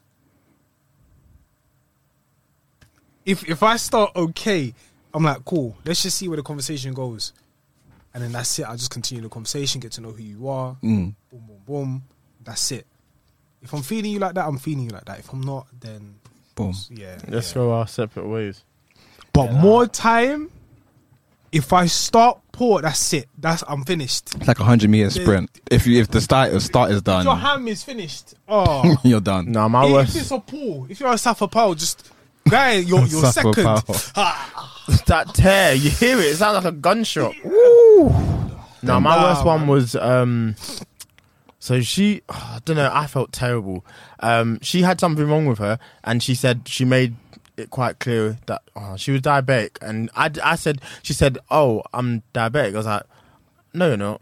Speaker 4: if if I start okay, I'm like cool. Let's just see where the conversation goes, and then that's it. I just continue the conversation, get to know who you are.
Speaker 1: Mm.
Speaker 4: Boom, boom, boom. That's it. If I'm feeling you like that, I'm feeling you like that. If I'm not, then
Speaker 1: Boom.
Speaker 4: yeah.
Speaker 3: Let's
Speaker 4: yeah.
Speaker 3: go our separate ways.
Speaker 4: But more time, if I start poor, that's it. That's I'm finished.
Speaker 1: It's like a hundred meter sprint. If you if the start if start is
Speaker 4: Your
Speaker 1: done,
Speaker 4: ham is finished. Oh,
Speaker 1: you're done.
Speaker 3: No, my
Speaker 4: if it's
Speaker 3: worst.
Speaker 4: a pool, if you're a Safa Powell, just guy, you're, you're
Speaker 1: Suffer
Speaker 4: second.
Speaker 1: power.
Speaker 3: That tear, you hear it? It sounds like a gunshot. No, my
Speaker 4: Nah,
Speaker 3: worst one was um. So she, I don't know. I felt terrible. Um, she had something wrong with her, and she said she made it quite clear that oh, she was diabetic. And I, I said, she said, "Oh, I'm diabetic." I was like, "No, you're not."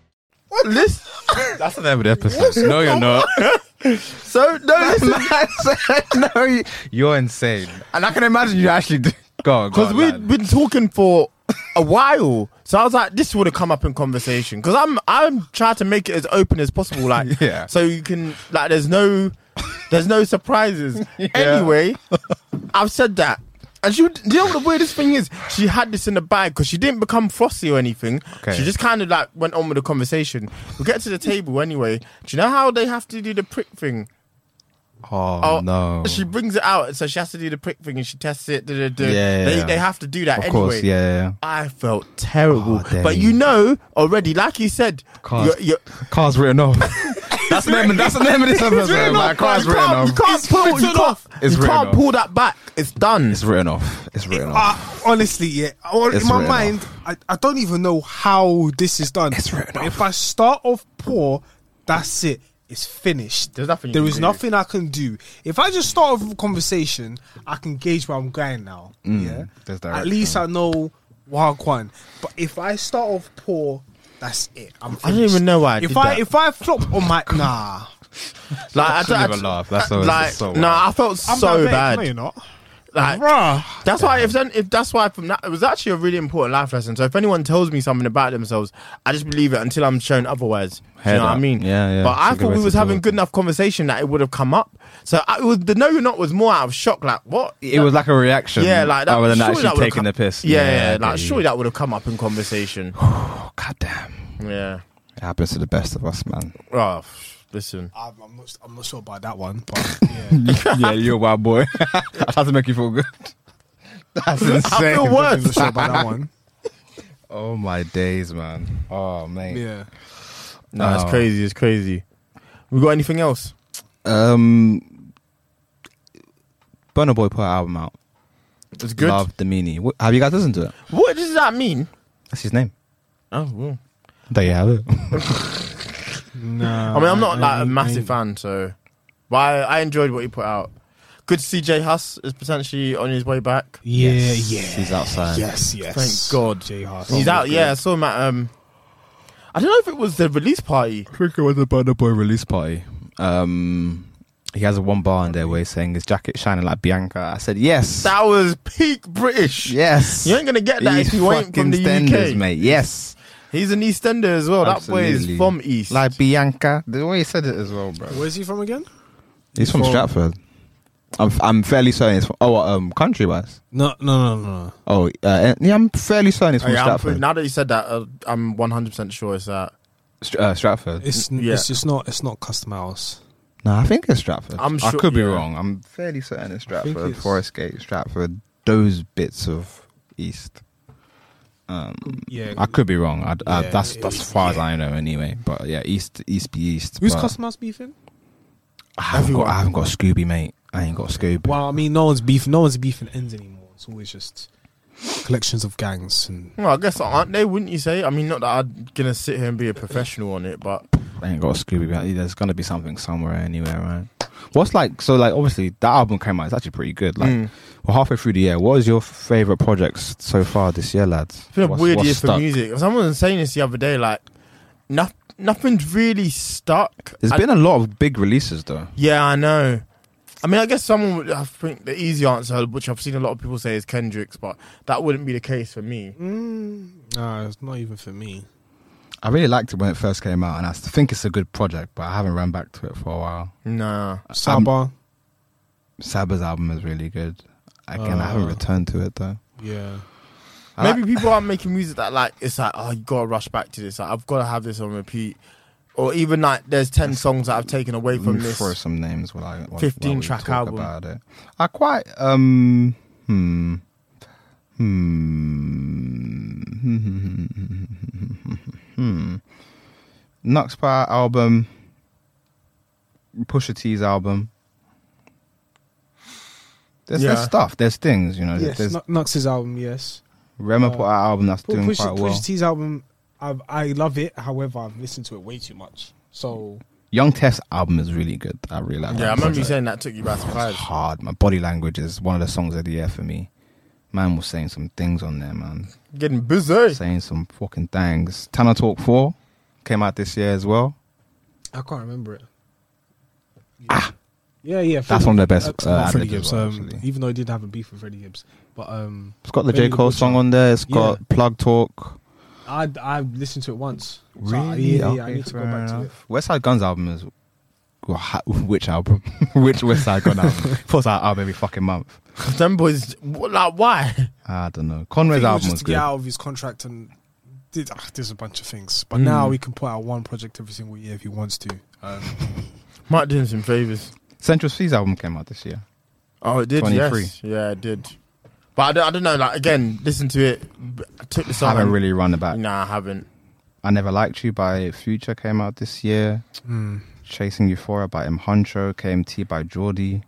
Speaker 3: What list?
Speaker 1: That's an evident episode. No, you're not.
Speaker 3: So no, listen.
Speaker 1: no, you- you're insane. And I can imagine you actually do. Go on, go
Speaker 3: Because
Speaker 1: on,
Speaker 3: we'd
Speaker 1: lad.
Speaker 3: been talking for a while. So I was like, this would have come up in conversation. Because I'm I'm trying to make it as open as possible. Like
Speaker 1: Yeah.
Speaker 3: so you can like there's no there's no surprises. Anyway, I've said that. And she, would- you know what the weirdest thing is? She had this in the bag because she didn't become frosty or anything.
Speaker 1: Okay.
Speaker 3: She just kind of like went on with the conversation. We get to the table anyway. Do you know how they have to do the prick thing?
Speaker 1: Oh, no.
Speaker 3: She brings it out, so she has to do the prick thing and she tests it. Da, da, da.
Speaker 1: Yeah,
Speaker 3: they,
Speaker 1: yeah.
Speaker 3: they have to do that
Speaker 1: Of
Speaker 3: anyway.
Speaker 1: course, yeah, yeah, yeah.
Speaker 3: I felt terrible,
Speaker 1: Oh, Danny.
Speaker 3: but you know already, like you said,
Speaker 1: Cars.
Speaker 3: you're- you're-
Speaker 1: Car's written off. that's the name. That's the name of this episode. My car's
Speaker 3: you
Speaker 1: written
Speaker 3: can't,
Speaker 1: off.
Speaker 3: you can't pull, you
Speaker 2: written
Speaker 3: can't,
Speaker 2: off.
Speaker 1: It's
Speaker 3: you
Speaker 1: written
Speaker 3: can't
Speaker 1: off.
Speaker 3: pull that back. It's done.
Speaker 1: It's written off. It's written
Speaker 3: Ah.
Speaker 1: off.
Speaker 2: Uh, honestly, yeah. Or
Speaker 1: It's
Speaker 2: in my
Speaker 1: written
Speaker 2: mind, I, I don't even know how this is done.
Speaker 1: It's written
Speaker 2: But
Speaker 1: off.
Speaker 2: If I start off poor, that's it. It's finished.
Speaker 3: There's nothing you
Speaker 2: There
Speaker 3: can
Speaker 2: is
Speaker 3: do.
Speaker 2: nothing I can do. If I just start off with a conversation, I can gauge where I'm going now. yeah.
Speaker 1: Mm, there's
Speaker 2: At
Speaker 1: direction.
Speaker 2: least I know what I want. But if I start off poor, that's it. I'm finished.
Speaker 3: I don't even know why I
Speaker 2: If
Speaker 3: did
Speaker 2: I
Speaker 3: that.
Speaker 2: if I flop on my nah,
Speaker 3: Like I
Speaker 1: shouldn't
Speaker 3: don't-
Speaker 1: even
Speaker 3: I-
Speaker 1: laugh. That's so-
Speaker 3: like
Speaker 1: that's so
Speaker 3: no,
Speaker 1: wild.
Speaker 3: I felt
Speaker 2: I'm
Speaker 3: so
Speaker 2: diabetic.
Speaker 3: bad.
Speaker 2: No, you're not.
Speaker 3: Like that's why if then if that's why from that it was actually a really important life lesson. So if anyone tells me something about themselves, I just believe it until I'm shown otherwise. Do
Speaker 1: Head
Speaker 3: you know what I
Speaker 1: up.
Speaker 3: mean?
Speaker 1: Yeah, yeah.
Speaker 3: But
Speaker 1: It's
Speaker 3: I
Speaker 1: a good
Speaker 3: thought
Speaker 1: way
Speaker 3: we
Speaker 1: to
Speaker 3: was
Speaker 1: do
Speaker 3: having
Speaker 1: it.
Speaker 3: good enough conversation that it would have come up. So I, it was the no you're not was more out of shock. Like what?
Speaker 1: It was like a reaction.
Speaker 3: yeah, like that.
Speaker 1: Rather than
Speaker 3: surely
Speaker 1: actually
Speaker 3: that would've
Speaker 1: taking
Speaker 3: come-
Speaker 1: the piss.
Speaker 3: Yeah, yeah, like
Speaker 1: okay.
Speaker 3: surely that would have come up in conversation.
Speaker 1: Oh, God damn.
Speaker 3: yeah.
Speaker 1: It happens to the best of us, man.
Speaker 3: Oh, listen.
Speaker 2: I'm, I'm not. I'm not sure about that one. But
Speaker 1: yeah, you're a wild boy. I have to make you feel good. That's
Speaker 3: I
Speaker 1: insane.
Speaker 3: feel
Speaker 2: I'm not
Speaker 3: worse.
Speaker 2: sure about that one.
Speaker 1: Oh my days, man. Oh man.
Speaker 2: Yeah.
Speaker 3: No,
Speaker 1: Oh.
Speaker 3: it's crazy. It's crazy. We got anything else?
Speaker 1: Um, Burner Boy put an album out.
Speaker 3: It's good.
Speaker 1: Love the meanie. What, have you guys listened to it?
Speaker 3: What does that mean?
Speaker 1: That's his name.
Speaker 3: Oh, well.
Speaker 1: There you have it.
Speaker 3: I mean, I'm
Speaker 1: Uh,
Speaker 3: not like a massive fan, so. But I, I enjoyed what he put out. Good to see Jay Huss is potentially on his way back.
Speaker 2: Yeah.
Speaker 1: He's outside.
Speaker 2: Yes, yes.
Speaker 3: Thank God.
Speaker 2: Jay Hart.
Speaker 3: He's out, yeah. I saw him at. Um, I don't know if it was the release party.
Speaker 1: I think it was a Burner Boy release party. Um, he has a one bar in there where he's saying his jacket shining like Bianca. I said yes.
Speaker 3: That was peak British.
Speaker 1: Yes.
Speaker 3: You ain't gonna get that
Speaker 1: You
Speaker 3: if you ain't from
Speaker 1: fucking
Speaker 3: the
Speaker 1: standards,
Speaker 3: UK.
Speaker 1: mate. Yes.
Speaker 3: He's an EastEnder as well. That boy
Speaker 1: Absolutely.
Speaker 3: is from East.
Speaker 1: Like Bianca. The way he said it as well, bro.
Speaker 2: Where's he from again?
Speaker 1: He's from Stratford. I'm I'm fairly certain it's from, oh um country wise.
Speaker 4: No, no, no, no.
Speaker 1: Oh uh, yeah, I'm fairly certain it's from
Speaker 3: Hey, Oh, I'm
Speaker 1: Stratford.
Speaker 3: pretty- now that you said that, uh, I'm 100% sure it's that.
Speaker 1: Str- uh, Stratford.
Speaker 4: It's
Speaker 3: Yeah.
Speaker 4: it's just not it's not custom house.
Speaker 1: no, I think it's Stratford.
Speaker 3: I'm
Speaker 1: I
Speaker 3: sure-
Speaker 1: could be
Speaker 3: yeah.
Speaker 1: wrong. I'm fairly certain it's Stratford,
Speaker 4: it's-
Speaker 1: Forest Gate, Stratford, those bits of East. Um,
Speaker 4: Yeah,
Speaker 1: I could be wrong. I, I,
Speaker 4: Yeah,
Speaker 1: that's
Speaker 4: it
Speaker 1: that's as far as I know anyway. But yeah, East East be East.
Speaker 4: who's
Speaker 1: but
Speaker 4: custom house beefing?
Speaker 1: I haven't, got,
Speaker 3: everyone?
Speaker 1: I haven't got Scooby, mate. I ain't got Scooby.
Speaker 4: Well, I mean, no one's beef. No one's beefing ends anymore. It's always just collections of gangs and
Speaker 3: Well, I guess aren't they? Wouldn't you say? I mean, not that I'm gonna sit here and be a professional on it, but
Speaker 1: I ain't got a Scooby. But there's gonna be something somewhere anywhere, right? What's like? So like, obviously that album came out. It's actually pretty good.
Speaker 3: Mm.
Speaker 1: Like, we're halfway through the year. What is your favorite projects so far this year, lads?
Speaker 3: it's been a
Speaker 1: What's-
Speaker 3: weird
Speaker 1: what's
Speaker 3: year for
Speaker 1: stuck?
Speaker 3: music. Someone was saying this the other day, like, no, nothing's really stuck.
Speaker 1: There's
Speaker 3: I-
Speaker 1: been a lot of big releases though.
Speaker 3: yeah, I know. I mean, I guess someone would. I think the easy answer, which I've seen a lot of people say, is Kendrick's, but that wouldn't be the case for me.
Speaker 4: no, Mm, it's not even for me.
Speaker 1: I really liked it when it first came out, and I think it's a good project, but I haven't run back to it for a while.
Speaker 3: Nah,
Speaker 4: Saba,
Speaker 1: Saba's album is really good. Again, I haven't returned to it though.
Speaker 4: yeah,
Speaker 1: I
Speaker 3: maybe people are making music that like it's like oh, you gotta rush back to this. Like, I've gotta have this on repeat, or even like there's ten songs that I've taken away
Speaker 1: Let
Speaker 3: from
Speaker 1: me
Speaker 3: this.
Speaker 1: throw some names while I while- while
Speaker 3: 15
Speaker 1: we
Speaker 3: track
Speaker 1: talk
Speaker 3: album.
Speaker 1: about it. I quite um hmm hmm hmm Nux Power album, Pusha T's album. There's, there's
Speaker 3: Yeah.
Speaker 1: stuff. There's things, you know.
Speaker 4: yes.
Speaker 1: there's
Speaker 4: Nu- Nux's album, yes.
Speaker 1: Rema put out an album that's
Speaker 4: Pu-
Speaker 1: doing
Speaker 4: Push,
Speaker 1: quite well.
Speaker 4: Pusha T's album, i I love it. However, I've listened to it way too much. So
Speaker 1: Young Tef's album is really good. I really like.
Speaker 3: Yeah,
Speaker 1: that
Speaker 3: I remember you
Speaker 1: project.
Speaker 3: saying that took you by surprise.
Speaker 1: hard. My body language is one of the songs of the year for me. Man was saying some things on there, man.
Speaker 3: Getting busy.
Speaker 1: Saying some fucking things. Tana Talk 4 came out this year as well.
Speaker 4: I can't remember it. Yeah, yeah.
Speaker 1: Ah. That's
Speaker 4: Freddie-
Speaker 1: one of the best,
Speaker 4: That's
Speaker 1: uh,
Speaker 4: not Freddie
Speaker 1: ad-libs as
Speaker 4: Gibbs.
Speaker 1: well,
Speaker 4: um,
Speaker 1: actually.
Speaker 4: even though I did have a beef with Freddie Gibbs, but um,
Speaker 1: It's got the
Speaker 4: Baby
Speaker 1: J. Cole
Speaker 4: Butcher.
Speaker 1: song on there. It's got Plug Talk.
Speaker 4: I I listened to it once. So I-
Speaker 1: Really?
Speaker 4: yeah, yeah, I
Speaker 1: Okay,
Speaker 4: need to go
Speaker 1: fair
Speaker 4: back to it.
Speaker 1: enough. West Side Guns album is well, ha- which album, which West Side Gun album. Puts out album every fucking month.
Speaker 3: Them boys, wh- like, why?
Speaker 1: I don't know.
Speaker 4: I
Speaker 1: Conrad's
Speaker 4: think it was
Speaker 1: album
Speaker 4: just
Speaker 1: was
Speaker 4: to get
Speaker 1: good.
Speaker 4: out of his contract and did ah, there's a bunch of things.
Speaker 1: Hmm.
Speaker 4: But now he can put out one project every single year if he wants to. Um,
Speaker 3: Might do him some favors.
Speaker 1: Central C's album came out this year.
Speaker 3: Oh, it did.
Speaker 1: 23.
Speaker 3: Yes. Yeah, it did. But I don't, I don't know. Like again, listen to it. b- I took the
Speaker 1: I
Speaker 3: song.
Speaker 4: um,
Speaker 1: haven't really run about.
Speaker 3: Nah, I haven't.
Speaker 1: I Never Liked You by Future came out this year. Chasing Euphoria by M. Honcho, KMT by Geordie.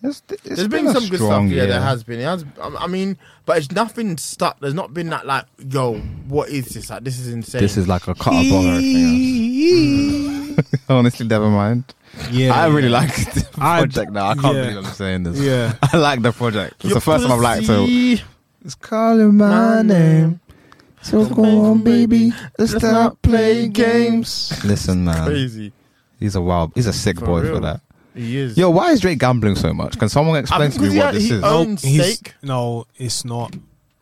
Speaker 1: There's,
Speaker 3: There's been, some good stuff. Yeah, there has been. It has. I I mean, but it's nothing stuck. There's not been that like, yo, what is this? Like, this is insane.
Speaker 1: This is like a cut above everything else. Honestly, never mind.
Speaker 4: yeah,
Speaker 1: I really like the
Speaker 4: I d-
Speaker 1: project now. I can't
Speaker 4: yeah.
Speaker 1: believe I'm saying this.
Speaker 4: Yeah.
Speaker 1: I like the project. It's the first time I've liked it.
Speaker 3: it.
Speaker 1: It's calling
Speaker 3: My name.
Speaker 1: So
Speaker 3: Come on, baby.
Speaker 1: Let's
Speaker 3: Let's not play games.
Speaker 1: Listen, man.
Speaker 3: Crazy.
Speaker 1: He's a wild. He's a sick
Speaker 3: For
Speaker 1: boy for
Speaker 3: real.
Speaker 1: that.
Speaker 3: He is.
Speaker 1: Yo, why is Drake gambling so much? Can someone
Speaker 3: I
Speaker 1: explain
Speaker 3: think
Speaker 1: to me
Speaker 3: 'cause he
Speaker 1: what
Speaker 3: had-
Speaker 1: this
Speaker 3: he uh,
Speaker 1: is?
Speaker 3: owned-
Speaker 4: he's,
Speaker 3: Steak?
Speaker 4: no, it's not.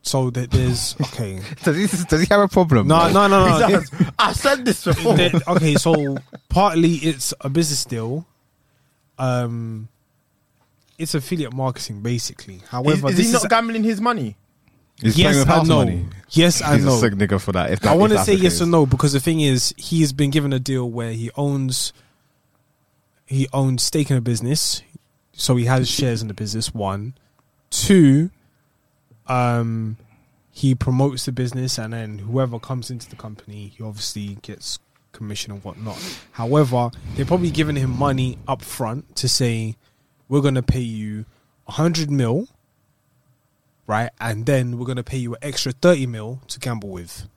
Speaker 4: So that there's okay.
Speaker 1: Does he does he have a problem?
Speaker 4: No, no, no, no.
Speaker 3: Besides, I said this before.
Speaker 4: There- okay, so partly it's a business deal. Um, it's affiliate marketing basically.
Speaker 3: Is,
Speaker 4: However,
Speaker 3: is
Speaker 4: this
Speaker 3: he
Speaker 4: is
Speaker 3: not gambling his money?
Speaker 1: He's playing
Speaker 4: yes,
Speaker 1: with
Speaker 4: I
Speaker 1: house
Speaker 4: know.
Speaker 1: money.
Speaker 4: Yes, I
Speaker 1: He's
Speaker 4: know.
Speaker 1: a sick nigga for that. If that
Speaker 4: I
Speaker 1: if
Speaker 4: want to
Speaker 1: that's
Speaker 4: say
Speaker 1: the
Speaker 4: yes
Speaker 1: case.
Speaker 4: or no because the thing is, he's been given a deal where he owns he owns stake in a business, so he has shares in the business. One, two, um, he promotes the business, and then whoever comes into the company, he obviously gets commission and whatnot. However, they're probably giving him money up front to say, "We're going to pay you a hundred mil." Right, and then we're gonna pay you an extra thirty mil to gamble with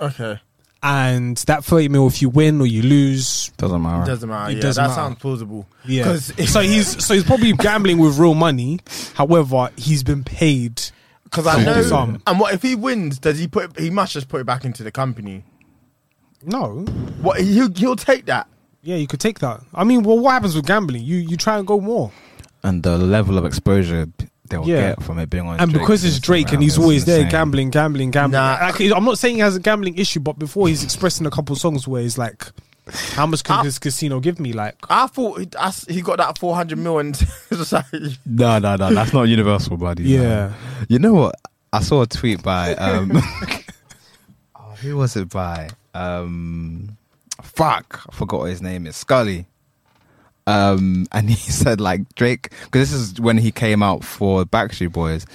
Speaker 3: Okay.
Speaker 4: and that 30 mil if you win or you lose
Speaker 1: Doesn't matter.
Speaker 3: Doesn't matter.
Speaker 4: It
Speaker 3: yeah,
Speaker 4: doesn't
Speaker 3: that
Speaker 4: matter.
Speaker 3: sounds plausible.
Speaker 4: yeah
Speaker 3: 'Cause if-
Speaker 4: so he's so he's probably gambling with real money however he's been paid
Speaker 3: Because I
Speaker 4: Some
Speaker 3: know.
Speaker 4: some.
Speaker 3: And what if he wins? Does he put? It, he must just put it back into the company.
Speaker 4: no
Speaker 3: What he'll, he'll take that.
Speaker 4: yeah you could take that i mean well what happens with gambling you you try and go more
Speaker 1: and the level of exposure p- they'll
Speaker 4: Yeah.
Speaker 1: get from it being on
Speaker 4: and
Speaker 1: Drake
Speaker 4: because it's
Speaker 1: is
Speaker 4: drake and
Speaker 1: around
Speaker 4: he's
Speaker 1: is
Speaker 4: always there
Speaker 1: insane.
Speaker 4: gambling gambling gambling
Speaker 3: Nah.
Speaker 4: like, i'm not saying he has a gambling issue but before he's expressing a couple songs where he's like how much can
Speaker 3: Ah.
Speaker 4: this casino give me like
Speaker 3: I thought he, I s- he got that four hundred mil and it was like,
Speaker 1: No, no, no. That's not universal, buddy.
Speaker 4: yeah
Speaker 1: You know what? I saw a tweet by um oh, who was it by? Um fuck, I forgot what his name is. Scully. Um and he said like Drake because this is when he came out for Backstreet Boys.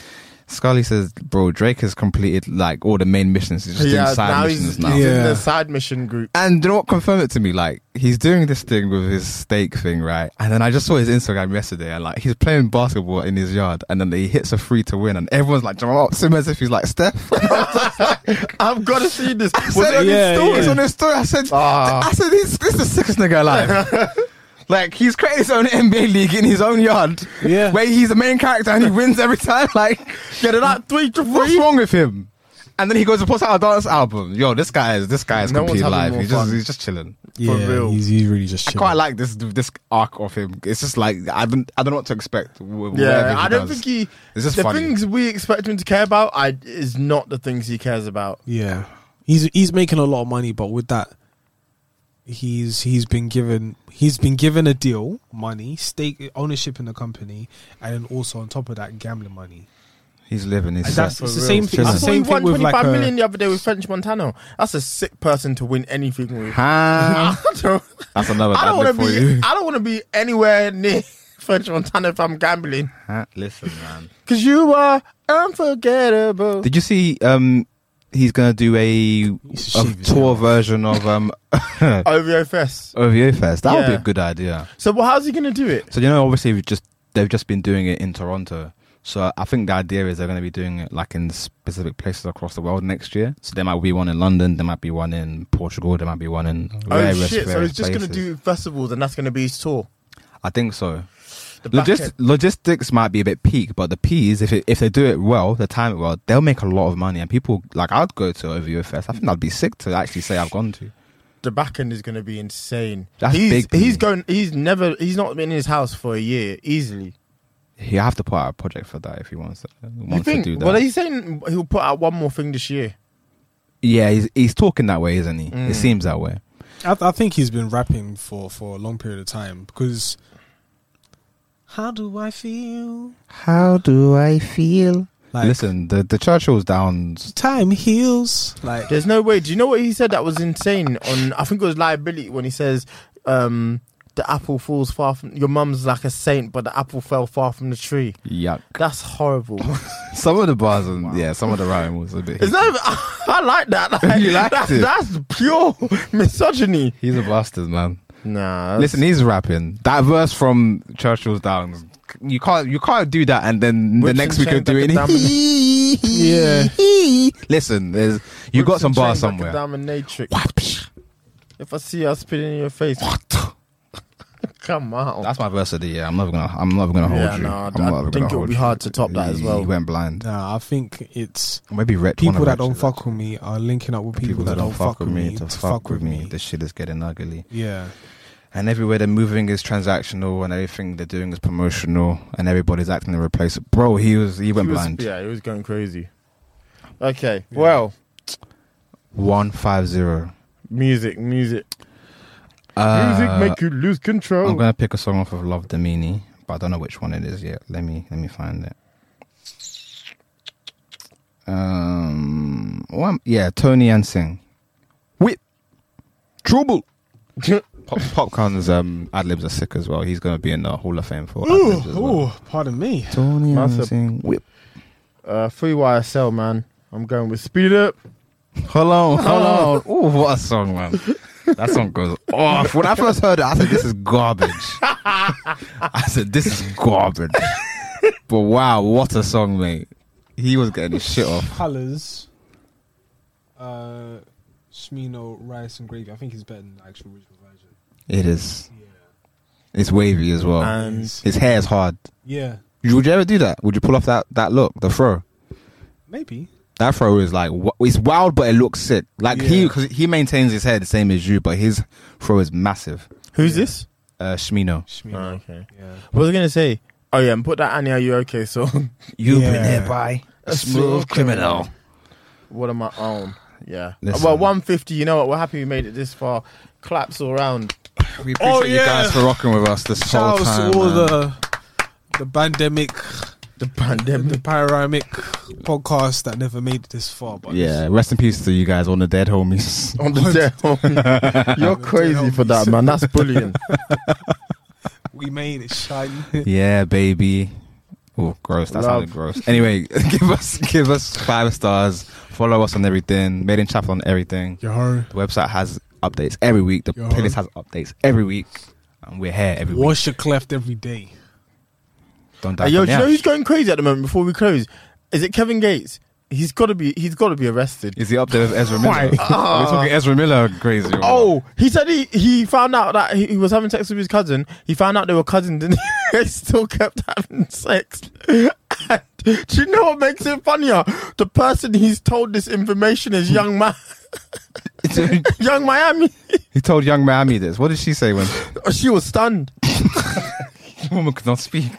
Speaker 1: Scully says, "Bro, Drake has completed like all the main missions. He's just doing side
Speaker 3: now
Speaker 1: missions
Speaker 3: he's,
Speaker 1: now."
Speaker 3: he's in
Speaker 4: Yeah.
Speaker 3: the side mission group.
Speaker 1: And you know what confirmed it to me? Like he's doing this thing with his steak thing, right? And then I just saw his Instagram yesterday, and like he's playing basketball in his yard, and then he hits a free to win, and everyone's like, "Jamal him as if he's like Steph."
Speaker 3: I've got to see this. Was
Speaker 1: Was
Speaker 3: it on his
Speaker 4: yeah,
Speaker 3: story?
Speaker 1: story? It's on his story. I said,
Speaker 3: Ah.
Speaker 1: I said, this, this is the sickest nigga alive. like he's created his own NBA league in his own yard,
Speaker 4: Yeah.
Speaker 1: where he's the main character and he wins every time. Like, yeah, they're like three to What's wrong with him? And then he goes and puts out a dance album. Yo, this guy is this guy is
Speaker 3: No one's
Speaker 1: complete
Speaker 3: having
Speaker 1: life.
Speaker 3: more
Speaker 1: He's just
Speaker 3: fun.
Speaker 1: he's just chilling.
Speaker 4: yeah
Speaker 3: real.
Speaker 4: he's, he's really just
Speaker 1: I
Speaker 4: chilling.
Speaker 1: quite like this this arc of him. It's just like I don't I don't know what to expect. wh- whatever
Speaker 3: Yeah, I don't
Speaker 1: does.
Speaker 3: think he.
Speaker 1: It's just
Speaker 3: the
Speaker 1: funny.
Speaker 3: things we expect him to care about I, is not the things he cares about.
Speaker 4: Yeah, he's he's making a lot of money, but with that, he's he's been given he's been given a deal, money, stake ownership in the company, and then also on top of that, gambling money.
Speaker 1: he's living his
Speaker 4: And that's
Speaker 1: set.
Speaker 4: it's the same thing.
Speaker 1: Chilling.
Speaker 3: I
Speaker 4: It's the
Speaker 3: saw he
Speaker 4: same
Speaker 3: won
Speaker 4: thing with
Speaker 3: twenty
Speaker 4: like uh,
Speaker 3: five million
Speaker 4: a,
Speaker 3: the other day with French Montano. That's a sick person to win anything with.
Speaker 1: Ha.
Speaker 3: I don't,
Speaker 1: That's another
Speaker 3: I don't
Speaker 1: bad
Speaker 3: want
Speaker 1: bit
Speaker 3: to
Speaker 1: for
Speaker 3: be.
Speaker 1: you.
Speaker 3: I don't want to be anywhere near French Montana if I'm gambling.
Speaker 1: Ha, Listen, man.
Speaker 3: Cause you are unforgettable.
Speaker 1: Did you see? Um, he's gonna do a,
Speaker 4: He's
Speaker 1: a
Speaker 4: shaved,
Speaker 1: tour version of um
Speaker 3: OVO Fest.
Speaker 1: OVO Fest. That would be
Speaker 3: Yeah.
Speaker 1: a good idea.
Speaker 3: So well, how's he gonna do it?
Speaker 1: So you know, obviously, we've just they've just been doing it in Toronto. So I think the idea is they're going to be doing it like in specific places across the world next year. So there might be one in London, there might be one in Portugal, there might be one in
Speaker 3: Oh
Speaker 1: various,
Speaker 3: shit! So
Speaker 1: various
Speaker 3: he's just
Speaker 1: places.
Speaker 3: gonna do festivals, and that's gonna be his tour.
Speaker 1: I think so.
Speaker 3: The back
Speaker 1: Logis-
Speaker 3: end.
Speaker 1: logistics might be a bit peak, but the P's, if it, if they do it well, they time it well, they'll make a lot of money. And people like I'd go to OVO Fest. I think I'd be sick to actually say I've gone to.
Speaker 3: the back end is going to be insane.
Speaker 1: That's
Speaker 3: he's,
Speaker 1: big,
Speaker 3: He's
Speaker 1: P.
Speaker 3: going. He's never. He's not been in his house for a year easily.
Speaker 1: He'll have to put out a project for that if he wants to, wants
Speaker 3: You think?
Speaker 1: to do that.
Speaker 3: Well, he's saying he'll put out one more thing this year. Mm.
Speaker 1: yeah, he's, he's talking that way, isn't he? It seems that way.
Speaker 4: I, th- I think he's been rapping for, for a long period of time because. How do I feel?
Speaker 1: How do I feel?
Speaker 4: Like
Speaker 1: Listen, the the Churchill's down.
Speaker 4: time heals. Like
Speaker 3: There's no way. Do you know what he said that was insane? On I think it was liability when he says, um, "The apple falls far from your mum's like a saint, but the apple fell far from the tree."
Speaker 1: Yuck.
Speaker 3: That's horrible.
Speaker 1: Some of the bars and yeah, some of the rhyme was a bit.
Speaker 3: Is that? I like that. Like,
Speaker 1: You liked
Speaker 3: that's,
Speaker 1: it?
Speaker 3: that's pure misogyny.
Speaker 1: He's a bastard, man.
Speaker 3: Nah.
Speaker 1: Listen, he's rapping that verse from Churchill's down. You can't, you can't do that, and then
Speaker 3: Whips
Speaker 1: the next
Speaker 3: and
Speaker 1: week of
Speaker 3: chains like
Speaker 1: doing.
Speaker 3: a
Speaker 1: yeah. Listen, there's you got some bars somewhere.
Speaker 3: Dominatrix. If I see her spitting in your face, come on.
Speaker 1: That's my verse of the year. I'm never gonna. I'm never gonna hold
Speaker 3: Yeah,
Speaker 1: you.
Speaker 3: no, I-
Speaker 1: I'm
Speaker 3: I
Speaker 1: never gonna
Speaker 3: think it would
Speaker 1: hold
Speaker 3: be
Speaker 1: you.
Speaker 3: hard to top that as
Speaker 1: He-
Speaker 3: well.
Speaker 1: He went blind.
Speaker 4: Nah, I think it's
Speaker 1: Maybe Rich.
Speaker 4: people that don't fuck with me are linking up with people, that, don't fuck with me
Speaker 1: to fuck with me. This shit is getting ugly.
Speaker 4: Yeah,
Speaker 1: And everywhere they're moving is transactional, and everything they're doing is promotional, and everybody's acting irreplaceable. Bro, he was he went
Speaker 3: He was-
Speaker 1: blind.
Speaker 3: yeah, he was going crazy. Okay, well,
Speaker 1: One five zero.
Speaker 3: music, music,
Speaker 1: Uh,
Speaker 3: music make you lose control.
Speaker 1: I'm gonna pick a song off of Love the Meanie, but I don't know which one it is yet. Let me let me find it. Um, one, yeah, Tony Ansing. Whip, trouble. Pop, Popcorn's um, ad libs are sick as well. He's gonna be in the Hall of Fame for ad libs as well.
Speaker 4: Oh, pardon me.
Speaker 1: Tony
Speaker 3: Massive.
Speaker 1: Ansing. Whip.
Speaker 3: Uh, free YSL, man. I'm going with Speed Up. Oh.
Speaker 1: Hold on, hold on. Ooh, what a song, man. That song goes off. When I first heard it, I said, this is garbage. I said, this is garbage. But wow, what a song, mate. He was getting his shit off.
Speaker 4: Colors. Uh, Shmino rice and gravy. I think it's better than the actual original version.
Speaker 1: It is. It's wavy as well.
Speaker 3: And-
Speaker 1: his hair is hard.
Speaker 4: Yeah,
Speaker 1: Would you ever do that? Would you pull off that, that look, the fro?
Speaker 4: maybe.
Speaker 1: That fro is like wa- it's wild, but it looks sick. Like he
Speaker 4: Yeah.
Speaker 1: because he maintains his hair the same as you, but his fro is massive.
Speaker 3: Who's this?
Speaker 1: Uh, Shmino,
Speaker 4: Shmino.
Speaker 3: Oh, okay.
Speaker 4: Yeah.
Speaker 3: What was I gonna say? Oh yeah, and put that Annie Are You Okay song.
Speaker 1: you've
Speaker 4: Yeah.
Speaker 1: been hit by a smooth criminal.
Speaker 3: what am I on? Yeah.
Speaker 1: Listen.
Speaker 3: Well, 150. You know what? We're happy we made it this far. Claps all round.
Speaker 1: We appreciate
Speaker 4: Oh,
Speaker 1: you
Speaker 4: yeah.
Speaker 1: guys for rocking with us this
Speaker 4: Shout
Speaker 1: whole
Speaker 4: out
Speaker 1: time.
Speaker 4: to all
Speaker 1: man.
Speaker 4: the the pandemic,
Speaker 3: The pandemic.
Speaker 4: the panoramic podcast that never made it this far. But
Speaker 1: yeah, rest in peace to you guys on the dead homies.
Speaker 3: on the dead homies. You're crazy for that, man. That's bullying.
Speaker 4: we made it shine.
Speaker 1: yeah, baby. Oh, gross. That sounded
Speaker 3: Love.
Speaker 1: gross. Anyway, give us give us five stars. Follow us on everything. Made in Chapel on everything.
Speaker 4: Yo,
Speaker 1: The website has updates every week. The
Speaker 4: Yo.
Speaker 1: playlist has updates every week. And we're here every week.
Speaker 4: wash your cleft every day.
Speaker 1: Don't die.
Speaker 3: Hey, yo,
Speaker 1: from
Speaker 3: do
Speaker 1: the
Speaker 3: you know
Speaker 1: ash.
Speaker 3: who's going crazy at the moment? Before we close, is it Kevin Gates? He's got to be. He's got to be arrested.
Speaker 1: Is he up there with Ezra Miller? We're talking
Speaker 4: Ah.
Speaker 1: Ezra Miller crazy. or what?
Speaker 3: Oh, he said he, he found out that he, he was having sex with his cousin. He found out they were cousins and they still kept having sex. And do you know what makes it funnier? The person he's told this information is young Ma- young Miami.
Speaker 1: he told young Miami this. What did she say when the
Speaker 3: She was stunned.
Speaker 1: woman could not speak?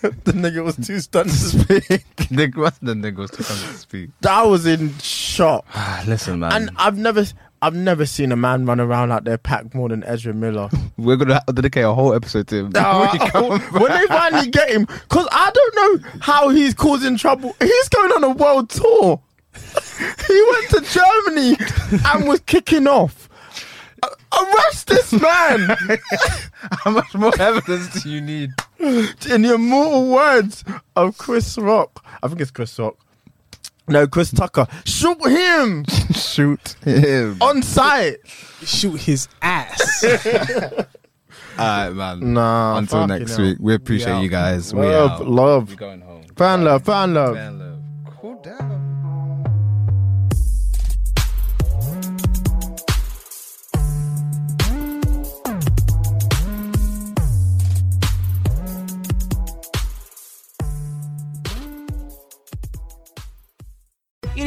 Speaker 3: The nigga was too stunned to speak.
Speaker 1: Nick, what's the niggas to come to speak?
Speaker 3: I was in shock.
Speaker 1: Listen, man.
Speaker 3: And I've never I've never seen a man run around like they're packed more than Ezra Miller.
Speaker 1: We're gonna have to dedicate a whole episode to him.
Speaker 3: Uh,
Speaker 1: Before he comes back.
Speaker 3: when they finally get him, because I don't know how he's causing trouble. He's going on a world tour. he went to Germany and was kicking off. Uh, Arrest this man!
Speaker 1: How much more evidence do you need?
Speaker 3: In the immortal words of Chris Rock. I think it's Chris Rock. No, Chris Tucker. Shoot him
Speaker 1: Shoot him. All
Speaker 3: on sight.
Speaker 4: Shoot his ass.
Speaker 1: right, man.
Speaker 3: Nah.
Speaker 1: Until
Speaker 3: fucking
Speaker 1: next
Speaker 3: hell.
Speaker 1: week, we appreciate
Speaker 3: out.
Speaker 1: you guys. we
Speaker 3: Love,
Speaker 1: out.
Speaker 3: love.
Speaker 1: going home.
Speaker 3: Fan love, fan love.
Speaker 1: Fan love. Cool down.
Speaker 8: It